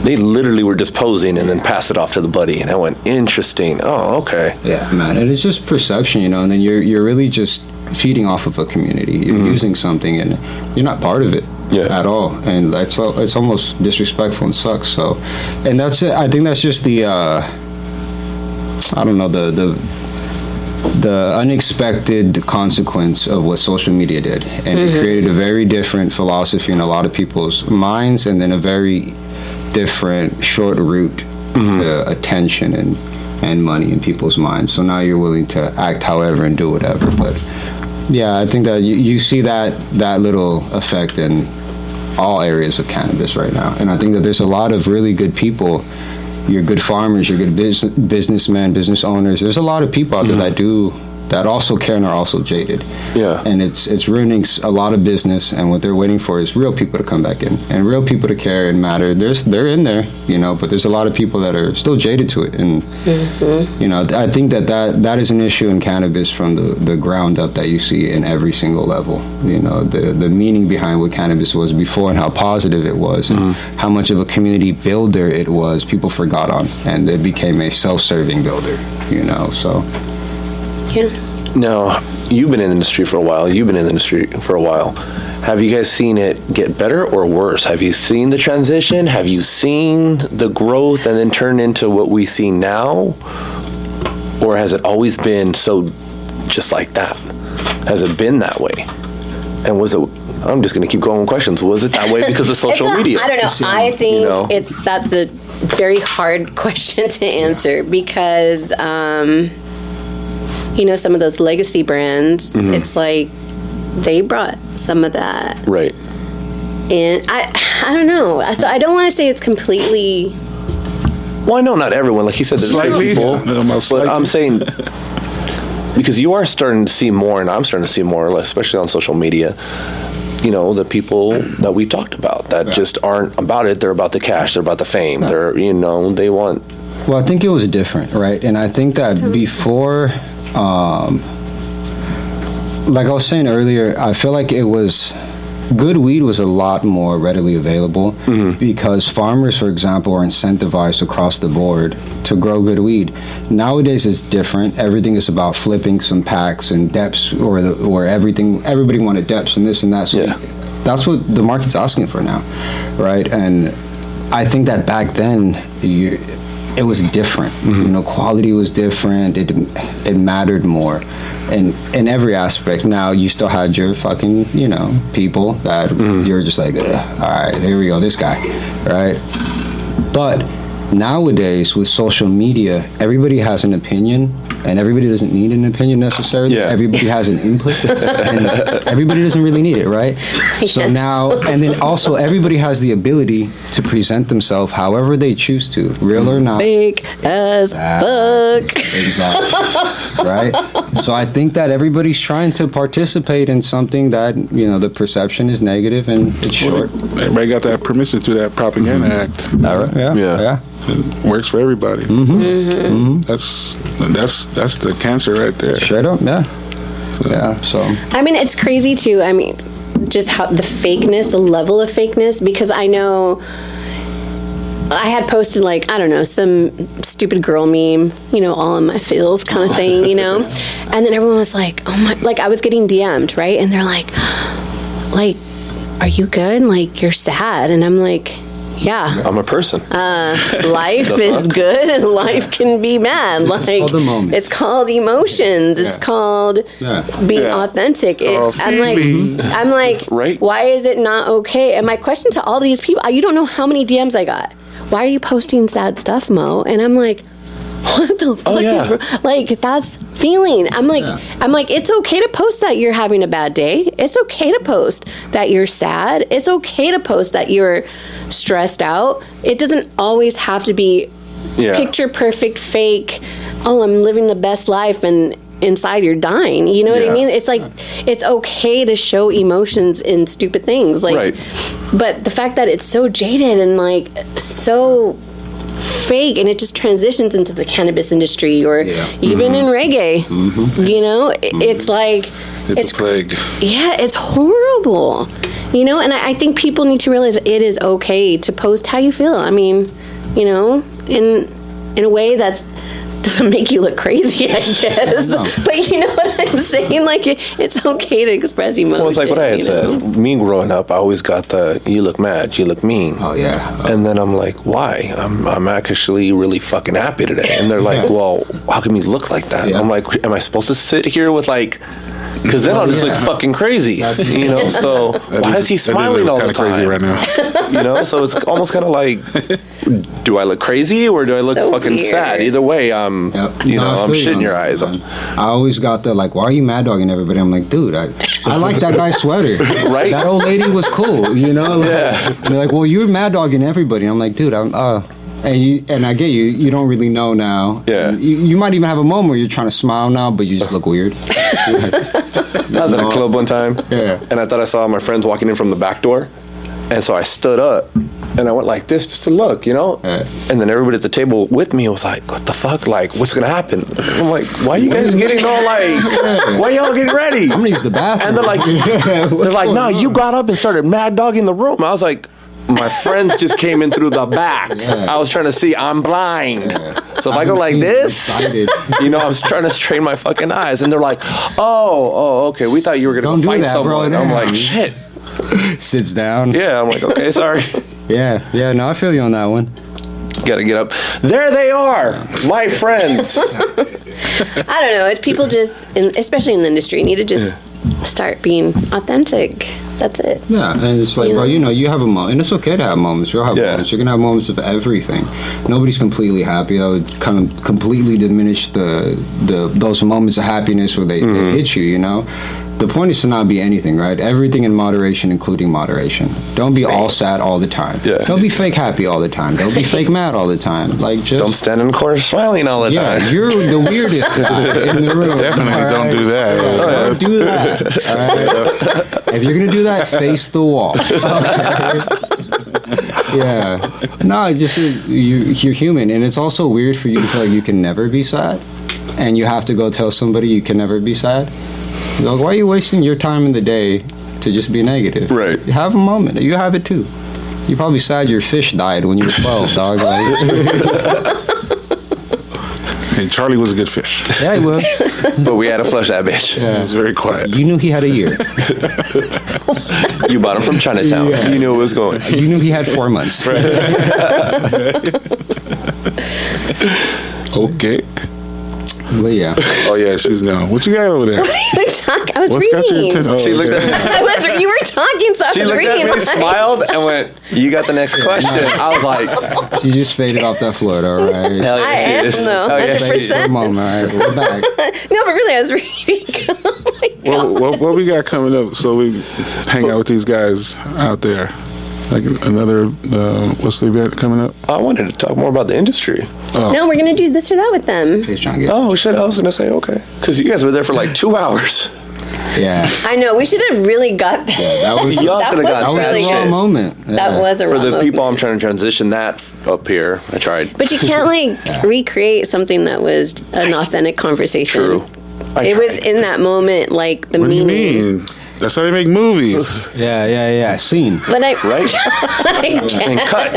Speaker 3: They literally were just posing and then pass it off to the buddy, and I went, interesting. Oh, okay.
Speaker 4: yeah, man, it is just perception, you know. And then you're you're really just feeding off of a community. You're using something, and you're not part of it
Speaker 3: Mm-hmm. Yeah.
Speaker 4: at all. And that's al- it's almost disrespectful and sucks. So, and that's it. I think that's just the uh, I don't know the the the unexpected consequence of what social media did and it created a very different philosophy in a lot of people's minds and then a very different short route to attention and and money in people's minds so now you're willing to act however and do whatever but yeah i think that you, you see that that little effect in all areas of cannabis right now and i think that there's a lot of really good people you're good farmers, you're good bus- businessmen, business owners. There's a lot of people out there that do that also care and are also jaded.
Speaker 3: Yeah.
Speaker 4: And it's it's ruining s- a lot of business. And what they're waiting for is real people to come back in and real people to care and matter. There's they're in there, you know, but there's a lot of people that are still jaded to it. And you know, th- I think that, that that is an issue in cannabis from the, the ground up that you see in every single level. You know, the the meaning behind what cannabis was before and how positive it was, and how much of a community builder it was. People forgot on, and it became a self-serving builder. You know, so.
Speaker 1: Yeah.
Speaker 3: Now, you've been in the industry for a while. You've been in the industry for a while. Have you guys seen it get better or worse? Have you seen the transition? Have you seen the growth and then turn into what we see now? Or has it always been so just like that? Has it been that way? And was it, I'm just going to keep going with questions. Was it that way because of social
Speaker 1: (laughs) It's a-
Speaker 3: media? um,
Speaker 1: I don't know. I think
Speaker 3: you know?
Speaker 1: it that's a very hard (laughs) question to answer because um, you know some of those legacy brands.
Speaker 3: Mm-hmm.
Speaker 1: It's like they brought some of that
Speaker 3: Right.
Speaker 1: in. I I don't know. So I don't want to say it's completely.
Speaker 3: Well, I know not everyone. Like he said, there's
Speaker 2: Slightly.
Speaker 3: great people,
Speaker 2: Yeah,
Speaker 3: but
Speaker 2: most slightly.
Speaker 3: I'm saying because you are starting to see more, and I'm starting to see more, like, especially on social media. You know, the people that we talked about that just aren't about it. They're about the cash. They're about the fame. They're you know they want
Speaker 4: Well, I think it was different, right? And I think that before, um, like I was saying earlier, I feel like it was good weed was a lot more readily available because farmers, for example, are incentivized across the board to grow good weed. Nowadays, it's different. Everything is about flipping some packs and depths, or the or everything. Everybody wanted depths and this and that. So
Speaker 3: Yeah.
Speaker 4: that's what the market's asking for now, right? And I think that back then, you, it was different. You know, quality was different. It it mattered more, in in every aspect. Now you still had your fucking you know people that you're just like, "Ugh, all right, here we go, this guy, right? But nowadays with social media, everybody has an opinion, and everybody doesn't need an opinion necessarily.
Speaker 3: Yeah.
Speaker 4: Everybody has an input, and everybody doesn't really need it, right? So
Speaker 1: Yes.
Speaker 4: now, and then also everybody has the ability to present themselves however they choose to, real or not.
Speaker 1: Big as fuck. (laughs)
Speaker 4: (laughs) Exactly. right? So I think that everybody's trying to participate in something that, you know, the perception is negative and it's short.
Speaker 2: Everybody got that permission through that propaganda
Speaker 3: Mm-hmm.
Speaker 2: act.
Speaker 4: Yeah.
Speaker 3: Yeah.
Speaker 4: Yeah.
Speaker 2: It works for everybody.
Speaker 3: Mm-hmm.
Speaker 2: Mm-hmm. That's that's that's the cancer right there.
Speaker 4: Straight up. Yeah. Yeah. So.
Speaker 1: I mean, it's crazy too. I mean, just how the fakeness, the level of fakeness, because I know I had posted like I don't know some stupid girl meme, you know, all in my feels kind of thing, you know, and then everyone was like, oh my, like I was getting DM'd, right? And they're like, like, are you good? Like you're sad, and I'm like, yeah
Speaker 3: I'm a person.
Speaker 1: life is good and life can be mad. Like
Speaker 4: called the moment.
Speaker 1: it's called emotions. It's
Speaker 4: Yeah.
Speaker 1: called
Speaker 4: Yeah.
Speaker 1: being
Speaker 3: Yeah.
Speaker 1: authentic. It-
Speaker 2: called
Speaker 1: I'm
Speaker 2: feeling.
Speaker 1: like, I'm like,
Speaker 3: Right.
Speaker 1: Why is it not okay? And my question to all these people, you don't know how many DMs I got. Why are you posting sad stuff, Mo? And I'm like. (laughs) What the fuck
Speaker 3: Oh, yeah.
Speaker 1: is wrong? like that's feeling. I'm like
Speaker 4: Yeah.
Speaker 1: I'm like it's okay to post that you're having a bad day. It's okay to post that you're sad. It's okay to post that you're stressed out. It doesn't always have to be
Speaker 3: yeah.
Speaker 1: picture perfect fake oh i'm living the best life and inside you're dying you know what
Speaker 3: Yeah.
Speaker 1: i mean it's like it's okay to show emotions in stupid things like
Speaker 3: Right.
Speaker 1: but the fact that it's so jaded and like so fake and it just transitions into the cannabis industry or
Speaker 4: Yeah.
Speaker 1: even
Speaker 3: Mm-hmm.
Speaker 1: in reggae you know it, it's like
Speaker 2: It's, a plague.
Speaker 1: yeah, it's horrible. You know, and I, I think people need to realize it is okay to post how you feel. I mean, you know, in in a way that's doesn't make you look crazy,
Speaker 3: (laughs)
Speaker 1: I guess. But you know what I'm saying? Like, it, it's okay to express emotion.
Speaker 3: well, it's like what I had
Speaker 1: you know?
Speaker 3: said. Me growing up, I always got the "you look mad, you look mean."
Speaker 4: Oh yeah.
Speaker 3: And then I'm like, why? I'm, I'm actually really fucking happy today. And they're like, well, how come you look like that?
Speaker 4: Yeah.
Speaker 3: I'm like, am I supposed to sit here with like, because then I'll just
Speaker 4: yeah.
Speaker 3: look fucking crazy, (laughs) you know?
Speaker 4: (laughs)
Speaker 3: So why is he smiling all the
Speaker 2: kind of
Speaker 3: time?
Speaker 2: crazy right now.
Speaker 3: (laughs) You know? So it's almost kind of like, do I look crazy or do I look
Speaker 1: So
Speaker 3: fucking sad?
Speaker 1: weird.
Speaker 3: Either way, I'm,
Speaker 4: Yep.
Speaker 3: you
Speaker 4: No, I
Speaker 3: know, I'm
Speaker 4: feel you
Speaker 3: shitting
Speaker 4: on
Speaker 3: your
Speaker 4: that,
Speaker 3: eyes.
Speaker 4: man. I always got the like, why are you mad dogging everybody? I'm like, dude, I, I like that guy's sweater.
Speaker 3: (laughs) Right?
Speaker 4: That old lady was cool, you know. Like, They're like, well, you're mad dogging everybody. I'm like, dude, I'm uh, and you and I get you. You don't really know now.
Speaker 3: Yeah.
Speaker 4: You, you might even have a moment where you're trying to smile now, but you just look weird.
Speaker 3: I was at a club one time,
Speaker 4: Yeah.
Speaker 3: and I thought I saw my friends walking in from the back door, and so I stood up and I went like this just to look, you know.
Speaker 4: Yeah.
Speaker 3: And then everybody at the table with me was like, "What the fuck? Like, what's gonna happen?" I'm like, "Why you
Speaker 4: (laughs)
Speaker 3: guys getting all like? Why y'all getting ready?"
Speaker 4: I'm gonna use the bathroom.
Speaker 3: And they're
Speaker 4: (laughs)
Speaker 3: like, they're like, "No,
Speaker 4: nah,
Speaker 3: you got up and started mad dogging the room." I was like. My friends just came in through the back.
Speaker 4: Yeah.
Speaker 3: I was trying to see. I'm blind. So if I go like this, you know, I was trying to strain my fucking eyes, and they're like, "Oh, oh, okay. We thought you were
Speaker 4: Don't
Speaker 3: gonna
Speaker 4: do
Speaker 3: go fight
Speaker 4: that, bro.
Speaker 3: someone." I'm
Speaker 4: Damn.
Speaker 3: like, "Shit."
Speaker 4: sits down.
Speaker 3: (laughs) Yeah, I'm like, "Okay, sorry." (laughs)
Speaker 4: yeah, yeah. No, I feel you on that one.
Speaker 3: Gotta get up. There they are, my
Speaker 2: (laughs)
Speaker 3: friends.
Speaker 1: I don't know. It, people just, in, especially in the industry, need to just start being authentic. That's it.
Speaker 4: Yeah, and it's like,
Speaker 1: Yeah.
Speaker 4: bro, you know, you have a moment, and it's okay to have moments. You'll have
Speaker 3: Yeah.
Speaker 4: moments. You're gonna have moments of everything. Nobody's completely happy. That would kind of completely diminish the the those moments of happiness where they,
Speaker 3: Mm-hmm.
Speaker 4: they hit you. You know, the point is to not be anything, right? Everything in moderation, including moderation. Don't be all sad all the time.
Speaker 3: Yeah.
Speaker 4: Don't be fake happy all the time. Don't
Speaker 3: (laughs)
Speaker 4: be fake mad all the time. Like just.
Speaker 3: Don't stand in the corner smiling all the
Speaker 4: yeah,
Speaker 3: time.
Speaker 4: you're the weirdest
Speaker 3: (laughs)
Speaker 4: guy in the room.
Speaker 2: Definitely
Speaker 4: all
Speaker 2: don't
Speaker 4: right?
Speaker 2: do that.
Speaker 4: Yeah,
Speaker 3: Oh,
Speaker 4: Don't do that. all right? if you're gonna do that, face the wall. (laughs) yeah. No, it's just you, you're human, and it's also weird for you to feel like you can never be sad, and you have to go tell somebody you can never be sad. Like, why are you wasting your time in the day to just be negative?
Speaker 3: Right.
Speaker 4: Have a moment. You have it too. You're probably sad your fish died when you were 12, dog. Like, (laughs)
Speaker 2: Hey, Charlie was a
Speaker 3: (laughs)
Speaker 2: good fish.
Speaker 4: yeah, he was.
Speaker 3: But we had to flush that bitch.
Speaker 2: He was very quiet.
Speaker 4: You knew he had a year.
Speaker 3: You bought him from Chinatown.
Speaker 4: Yeah. Oh,
Speaker 3: You knew it was going.
Speaker 4: You knew he had four months.
Speaker 2: Okay.
Speaker 4: But yeah.
Speaker 2: Oh yeah, she's down. What you got over there?
Speaker 1: You talk, I was
Speaker 2: What's got your
Speaker 1: reading.
Speaker 2: attention? Oh,
Speaker 3: She looked
Speaker 2: okay.
Speaker 3: at
Speaker 1: (laughs)
Speaker 3: me.
Speaker 1: I was. You were talking, so I
Speaker 3: (laughs) She
Speaker 1: was
Speaker 3: looked
Speaker 1: reading.
Speaker 3: at
Speaker 1: (laughs)
Speaker 3: me,
Speaker 1: like-
Speaker 3: smiled, and went, "You got the next question." I was like,
Speaker 4: She just faded off that floor, all right?
Speaker 3: "Hell yeah,
Speaker 1: I
Speaker 3: she
Speaker 1: am,
Speaker 3: is."
Speaker 1: though.
Speaker 3: Hell yeah,
Speaker 1: That's
Speaker 3: she
Speaker 1: for
Speaker 3: is.
Speaker 1: sure.
Speaker 4: Come on, all right, we're back.
Speaker 1: No, but really, I was (laughs) reading. oh my God.
Speaker 2: Well, what, what we got coming up? So we hang out with these guys out there. Like another, uh, what's the event coming up?
Speaker 3: I wanted to talk more about the industry.
Speaker 1: No, we're gonna do this or that with them.
Speaker 4: He's trying to get.
Speaker 3: Oh shit! I was gonna say okay, because you guys were there for like two (laughs) hours. Oh.
Speaker 4: Yeah,
Speaker 1: I know. We should have really got that.
Speaker 4: that was
Speaker 3: Y'all
Speaker 1: That
Speaker 3: should have
Speaker 1: was
Speaker 4: that
Speaker 3: got
Speaker 4: was
Speaker 3: that
Speaker 1: really
Speaker 4: a raw
Speaker 1: good.
Speaker 3: shit.
Speaker 4: moment.
Speaker 1: That
Speaker 4: Yeah.
Speaker 1: was a
Speaker 3: For
Speaker 1: raw
Speaker 3: the
Speaker 1: moment.
Speaker 3: people, I'm trying to transition that up here. I tried.
Speaker 1: But you can't like recreate something that was an authentic conversation.
Speaker 3: True. I
Speaker 1: It was
Speaker 3: tried.
Speaker 1: in that moment, like the
Speaker 2: What do you
Speaker 1: meaning.
Speaker 2: mean? That's how they make movies.
Speaker 4: Yeah, yeah, yeah. Scene.
Speaker 1: But I,
Speaker 3: right.
Speaker 1: I
Speaker 3: (laughs)
Speaker 1: (laughs)
Speaker 3: And
Speaker 1: can't.
Speaker 3: cut.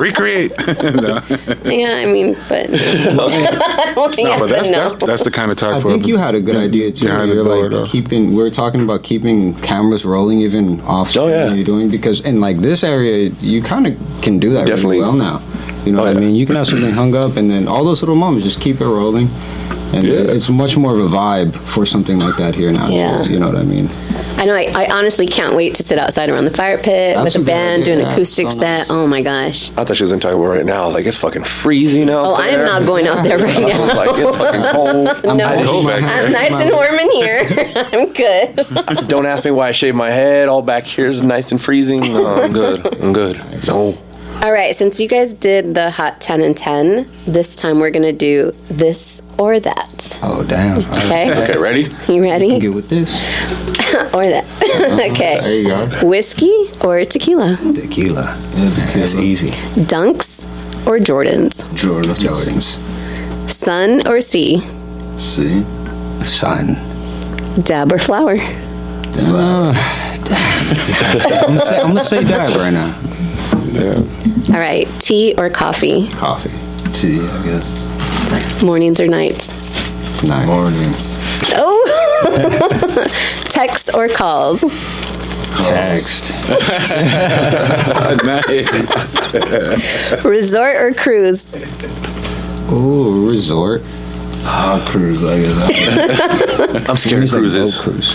Speaker 2: Recreate. (laughs) no,
Speaker 1: (laughs) Yeah, I mean, but (laughs) I don't think
Speaker 2: No,
Speaker 1: I
Speaker 2: but that's,
Speaker 1: would know.
Speaker 2: that's that's the kind of talk
Speaker 4: I
Speaker 2: for.
Speaker 4: think you had a good
Speaker 2: Yeah,
Speaker 4: idea too.
Speaker 2: behind the
Speaker 4: You're
Speaker 2: door,
Speaker 4: like
Speaker 2: though.
Speaker 4: keeping. We were talking about keeping cameras rolling even off.
Speaker 3: Oh, yeah.
Speaker 4: You're doing because in like this area, you kind of can do that
Speaker 3: Definitely.
Speaker 4: really well now. You know
Speaker 3: Oh,
Speaker 4: what
Speaker 3: yeah.
Speaker 4: I mean? You can have something hung up, and then all those little moments, just keep it rolling. And
Speaker 2: Yeah.
Speaker 4: it's much more of a vibe for something like that here now.
Speaker 1: Yeah.
Speaker 4: You know what I mean?
Speaker 1: I know. I, I honestly can't wait to sit outside around the fire pit
Speaker 4: That's
Speaker 1: with
Speaker 4: a
Speaker 1: a
Speaker 4: good
Speaker 1: band,
Speaker 4: idea.
Speaker 1: do an
Speaker 4: Yeah,
Speaker 1: acoustic
Speaker 4: so
Speaker 1: set.
Speaker 4: nice.
Speaker 1: Oh my gosh.
Speaker 3: I thought she was gonna talk about right now. I was like, it's fucking freezing out
Speaker 1: Oh, I
Speaker 3: there.
Speaker 1: am not going out there right
Speaker 3: I
Speaker 4: (laughs)
Speaker 3: was
Speaker 1: now. (laughs)
Speaker 3: like, it's fucking cold.
Speaker 1: No,
Speaker 2: go back
Speaker 1: I'm
Speaker 2: there.
Speaker 1: nice and warm in here. (laughs) I'm good. (laughs)
Speaker 3: Don't ask me why I shaved my head. All back here is nice and freezing. No, I'm good. I'm good. No.
Speaker 1: All right, since you guys did the hot 10 and 10, this time we're going to do this or that.
Speaker 4: Oh damn.
Speaker 1: Okay?
Speaker 3: Okay, ready?
Speaker 1: You ready?
Speaker 4: Get with this.
Speaker 1: Or that. (laughs)
Speaker 4: There
Speaker 1: okay.
Speaker 4: you go.
Speaker 1: Whiskey or tequila?
Speaker 4: Tequila. It's easy.
Speaker 1: Dunks or Jordans?
Speaker 5: Jordan.
Speaker 4: Jordans.
Speaker 1: Sun or sea?
Speaker 5: See?
Speaker 4: Sun.
Speaker 1: Dab or flower?
Speaker 4: Uh, I'm gonna say, I'm gonna say dab right now.
Speaker 1: All right, tea or coffee?
Speaker 4: Coffee.
Speaker 5: Tea, I guess.
Speaker 1: Mornings or nights?
Speaker 4: Nine.
Speaker 5: Mornings.
Speaker 1: Oh! (laughs) Text or calls?
Speaker 2: (laughs)
Speaker 4: Text. (laughs)
Speaker 2: nice.
Speaker 1: Resort or cruise?
Speaker 4: Ooh, resort.
Speaker 5: Hot cruise, I guess.
Speaker 3: I'm scared of
Speaker 4: He's like,
Speaker 3: cruises.
Speaker 4: "Go cruise.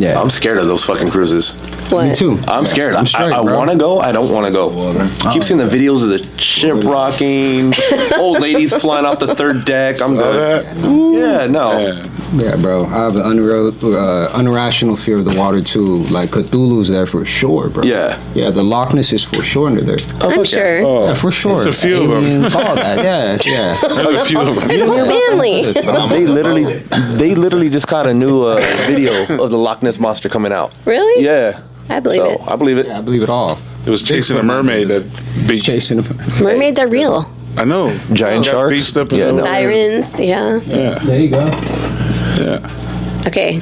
Speaker 3: Yeah. I'm scared of those fucking cruises.
Speaker 1: What?
Speaker 4: Me too.
Speaker 3: I'm scared. i
Speaker 4: I'm straight,
Speaker 3: I, I
Speaker 4: bro.
Speaker 3: want to go. I don't want to go.
Speaker 5: Water.
Speaker 3: Keep seeing the videos of the ship
Speaker 2: (laughs)
Speaker 3: rocking, old ladies flying off the third deck. I'm good. Yeah, no.
Speaker 2: Yeah.
Speaker 4: Yeah, bro. I have an unreal, uh, unrational fear of the water too. Like Cthulhu's there for sure, bro.
Speaker 3: Yeah.
Speaker 4: Yeah, the Loch Ness is for sure under there.
Speaker 2: Oh,
Speaker 1: I'm sure.
Speaker 3: Oh.
Speaker 4: yeah, for sure.
Speaker 2: There's a few of 'em.
Speaker 4: Aliens, all that. Yeah,
Speaker 3: (laughs)
Speaker 4: yeah.
Speaker 2: There's a few of them.
Speaker 1: There's
Speaker 3: Oh.
Speaker 1: a whole family.
Speaker 3: They literally, they literally just caught a new uh, video of the Loch Ness monster coming out.
Speaker 1: Really?
Speaker 3: Yeah,
Speaker 1: I believe
Speaker 3: so
Speaker 1: it.
Speaker 3: I believe it.
Speaker 4: Yeah, I believe it all.
Speaker 2: It was chasing a mermaid at beach.
Speaker 4: Chasing them.
Speaker 1: Mermaids are real.
Speaker 2: I know.
Speaker 3: Giant
Speaker 2: Got
Speaker 3: sharks?
Speaker 2: Beached up in
Speaker 3: Yeah,
Speaker 2: the-
Speaker 3: no.
Speaker 1: Sirens, yeah.
Speaker 2: Yeah,
Speaker 4: There you go.
Speaker 2: yeah.
Speaker 1: Okay.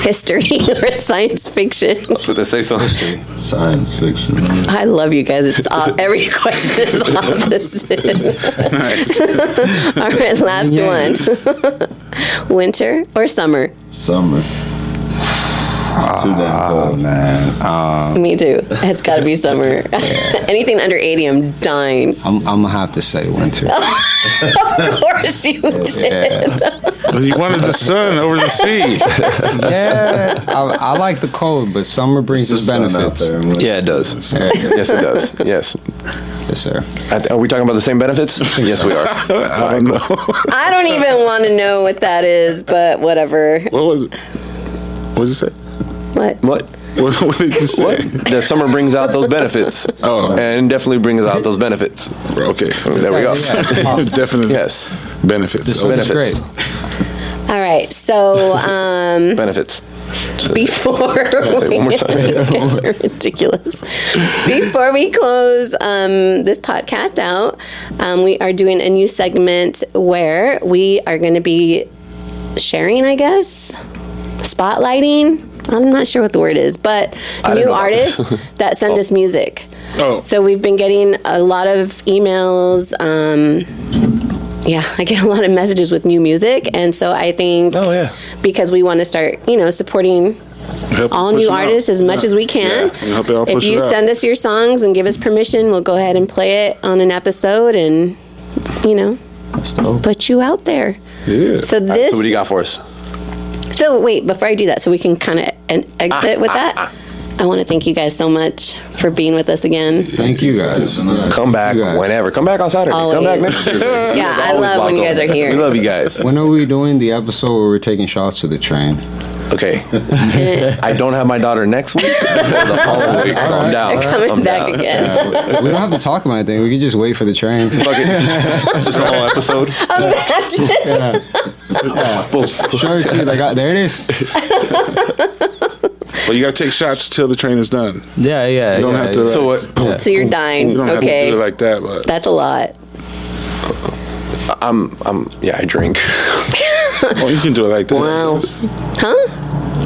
Speaker 1: History (laughs) or science fiction?
Speaker 3: Did they say something?
Speaker 5: Science fiction.
Speaker 1: I love you guys. It's all, every question is opposite. (laughs)
Speaker 2: Nice.
Speaker 1: all right, last
Speaker 4: Yeah.
Speaker 1: one. (laughs) Winter or summer?
Speaker 5: Summer. It's too damn cold, man.
Speaker 1: Me too. It's got to be (laughs) summer. Anything under 80, I'm dying.
Speaker 4: I'm, I'm gonna have to say winter.
Speaker 1: (laughs) Of course (laughs) you did.
Speaker 2: But he wanted the sun over the
Speaker 4: (laughs)
Speaker 2: sea.
Speaker 4: yeah, I, I like the cold, but summer brings its benefits.
Speaker 3: Yeah, it does. yes, it does. Yes.
Speaker 4: Yes, sir.
Speaker 3: I th- Are we talking about the same
Speaker 2: (laughs)
Speaker 3: benefits? Yes, we are.
Speaker 2: I don't know.
Speaker 1: I don't even want to know what that is, but whatever.
Speaker 2: What was it? What did you say?
Speaker 1: What?
Speaker 3: What?
Speaker 2: What, what did you say?
Speaker 3: What? The summer brings out those benefits.
Speaker 2: Oh.
Speaker 3: And definitely brings out those benefits.
Speaker 2: Okay.
Speaker 3: There we go.
Speaker 2: (laughs) Definitely.
Speaker 3: Yes.
Speaker 2: Benefits.
Speaker 4: It's
Speaker 3: Benefits.
Speaker 4: great.
Speaker 1: All right. So, um,
Speaker 3: Benefits. So-
Speaker 1: (laughs) before
Speaker 3: Say it one more
Speaker 1: we-
Speaker 3: time.
Speaker 1: (laughs) It's
Speaker 3: (laughs)
Speaker 1: ridiculous. Before we close um, this podcast out, um, we are doing a new segment where we are going to be sharing, I guess, spotlighting. I'm not sure what the word is, but
Speaker 3: I don't
Speaker 1: new
Speaker 3: know about this. (laughs)
Speaker 1: artists that send us music.
Speaker 2: Oh.
Speaker 1: So we've been getting a lot of emails. Um, yeah, I get a lot of messages with new music, and so I think
Speaker 3: Oh, yeah.
Speaker 1: because we want to start, you know, supporting
Speaker 2: Help
Speaker 1: all
Speaker 2: push
Speaker 1: new
Speaker 2: them out.
Speaker 1: artists as much as we can.
Speaker 2: Yeah, and help y'all
Speaker 1: if
Speaker 2: push
Speaker 1: you
Speaker 2: it out.
Speaker 1: send us your songs and give us permission, we'll go ahead and play it on an episode and, you know, put you out there.
Speaker 2: Yeah.
Speaker 1: So
Speaker 3: So what do you
Speaker 1: this.
Speaker 3: got for us?
Speaker 1: So wait, before I do that, so we can kind of an exit with that.
Speaker 2: Ah,
Speaker 1: I want to thank you guys so much for being with us again.
Speaker 4: Thank you guys. Yeah.
Speaker 3: Come back
Speaker 4: You got it.
Speaker 3: whenever. Come back on Saturday. Come back
Speaker 1: Always.
Speaker 3: next year.
Speaker 1: Yeah, I love when you guys are
Speaker 3: We
Speaker 1: here.
Speaker 3: love
Speaker 1: (laughs)
Speaker 3: you guys.
Speaker 4: When are we doing the episode where we're taking shots to the train?
Speaker 3: Okay. I don't have my daughter next week. The following
Speaker 1: (laughs)
Speaker 3: week, so I'm down.
Speaker 1: They're coming
Speaker 3: I'm
Speaker 1: back
Speaker 3: down.
Speaker 1: again.
Speaker 4: we don't have to talk about anything. We can just wait for the train.
Speaker 3: Fuck it. Just a whole episode.
Speaker 4: Sure, see, like, I, there it is.
Speaker 2: Well, you got to take shots till the train is done.
Speaker 4: Yeah, yeah.
Speaker 2: You don't have to.
Speaker 3: So
Speaker 2: like,
Speaker 3: what?
Speaker 1: So you're dying.
Speaker 2: You don't
Speaker 1: okay.
Speaker 2: have to do it like that, but
Speaker 1: That's a lot. (laughs)
Speaker 3: I'm. I'm. Um, Yeah, I drink. (laughs)
Speaker 2: well, you can do it like this.
Speaker 1: Wow. Huh?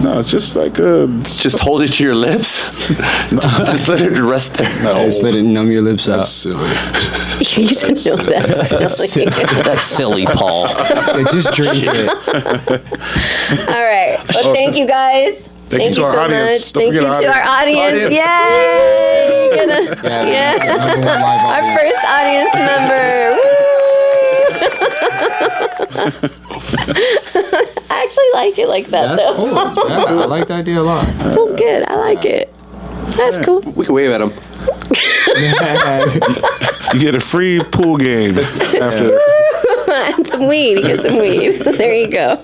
Speaker 2: No, it's just like a.
Speaker 3: Just hold it to your lips. (laughs) Just let it rest there.
Speaker 2: No.
Speaker 4: Just let it numb your lips out.
Speaker 2: That's silly.
Speaker 1: You said no, that's silly.
Speaker 3: That's silly, Paul.
Speaker 4: Yeah, just drink it.
Speaker 1: All
Speaker 2: (laughs)
Speaker 1: right. Well, thank you guys.
Speaker 2: Thank you to our audience. Don't
Speaker 1: Thank you
Speaker 2: forget our
Speaker 1: to our audience.
Speaker 2: audience.
Speaker 1: Yay! Gonna-
Speaker 4: Yeah.
Speaker 1: yeah.
Speaker 4: I'm going live on
Speaker 1: Our
Speaker 4: it.
Speaker 1: first audience member. Woo! (laughs) I actually like it like that,
Speaker 4: That's
Speaker 1: though.
Speaker 4: cool. Yeah, I like the idea a lot.
Speaker 1: Feels good. I like it. That's cool. (laughs)
Speaker 3: We can wave at him.
Speaker 2: You get a free pool game after.
Speaker 1: and some weed. Get some weed. (laughs) There you go.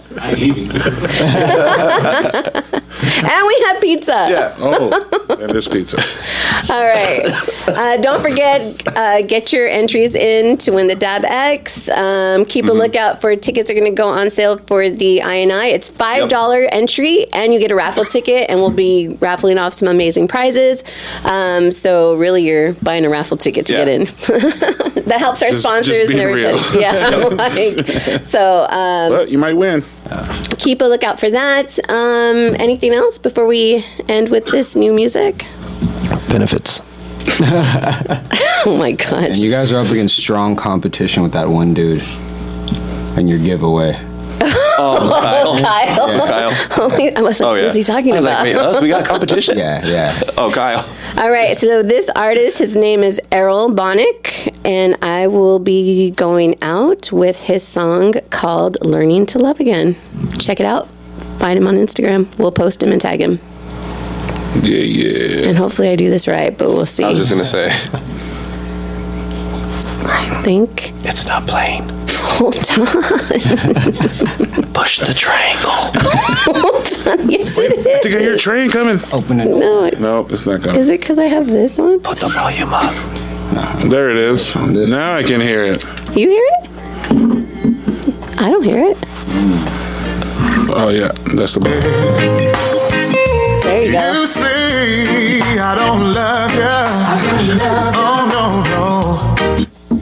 Speaker 1: and we have pizza.
Speaker 2: Oh, and there's pizza.
Speaker 1: All
Speaker 2: (laughs)
Speaker 1: right. Uh, don't forget, uh, get your entries in to win the Dab X. Um, keep
Speaker 2: Mm-hmm.
Speaker 1: a lookout for tickets are going to go on sale for the INI. It's five dollar entry, and you get a raffle ticket, and we'll be raffling off some amazing prizes. Um, so really, you're buying a raffle ticket to
Speaker 3: Yeah.
Speaker 1: get in. (laughs) that helps our
Speaker 2: Just- just
Speaker 1: sponsors and
Speaker 2: being
Speaker 1: everything. (laughs)
Speaker 2: real.
Speaker 1: Yeah.
Speaker 2: (laughs)
Speaker 1: I'm like, so. Um,
Speaker 2: But you might win.
Speaker 1: keep a lookout for that. Um, anything else before we end with this new music?
Speaker 3: Benefits.
Speaker 1: Oh my gosh.
Speaker 4: And you guys are up against strong competition with that one dude and your giveaway.
Speaker 1: Kyle.
Speaker 3: Kyle.
Speaker 1: (laughs) I was like,
Speaker 3: Oh yeah.
Speaker 1: who's he talking
Speaker 3: I was
Speaker 1: about?
Speaker 3: like, wait, us? We got competition?
Speaker 4: (laughs) Yeah, yeah.
Speaker 3: Oh, Kyle.
Speaker 1: All right, so this artist, his name is Errol Bonick, and I will be going out with his song called Learning to Love Again. Check it out. Find him on Instagram. We'll post him and tag him.
Speaker 2: Yeah, yeah.
Speaker 1: And hopefully I do this right, but we'll see.
Speaker 3: I
Speaker 1: I
Speaker 3: was just gonna say,
Speaker 1: think (laughs)
Speaker 3: it's not playing.
Speaker 1: Hold on.
Speaker 3: Push the triangle. (laughs)
Speaker 1: Hold on. (laughs) Yes, it
Speaker 2: I
Speaker 1: is.
Speaker 2: think I hear a train coming.
Speaker 4: Open it.
Speaker 1: No, it-
Speaker 2: No, it's not coming.
Speaker 1: is it because I have this on?
Speaker 3: Put the volume up.
Speaker 2: There it is. Now I can hear it.
Speaker 1: You hear it? I don't hear it.
Speaker 2: Oh yeah, that's the button.
Speaker 1: There you go.
Speaker 7: You say I don't love you. Oh no, no.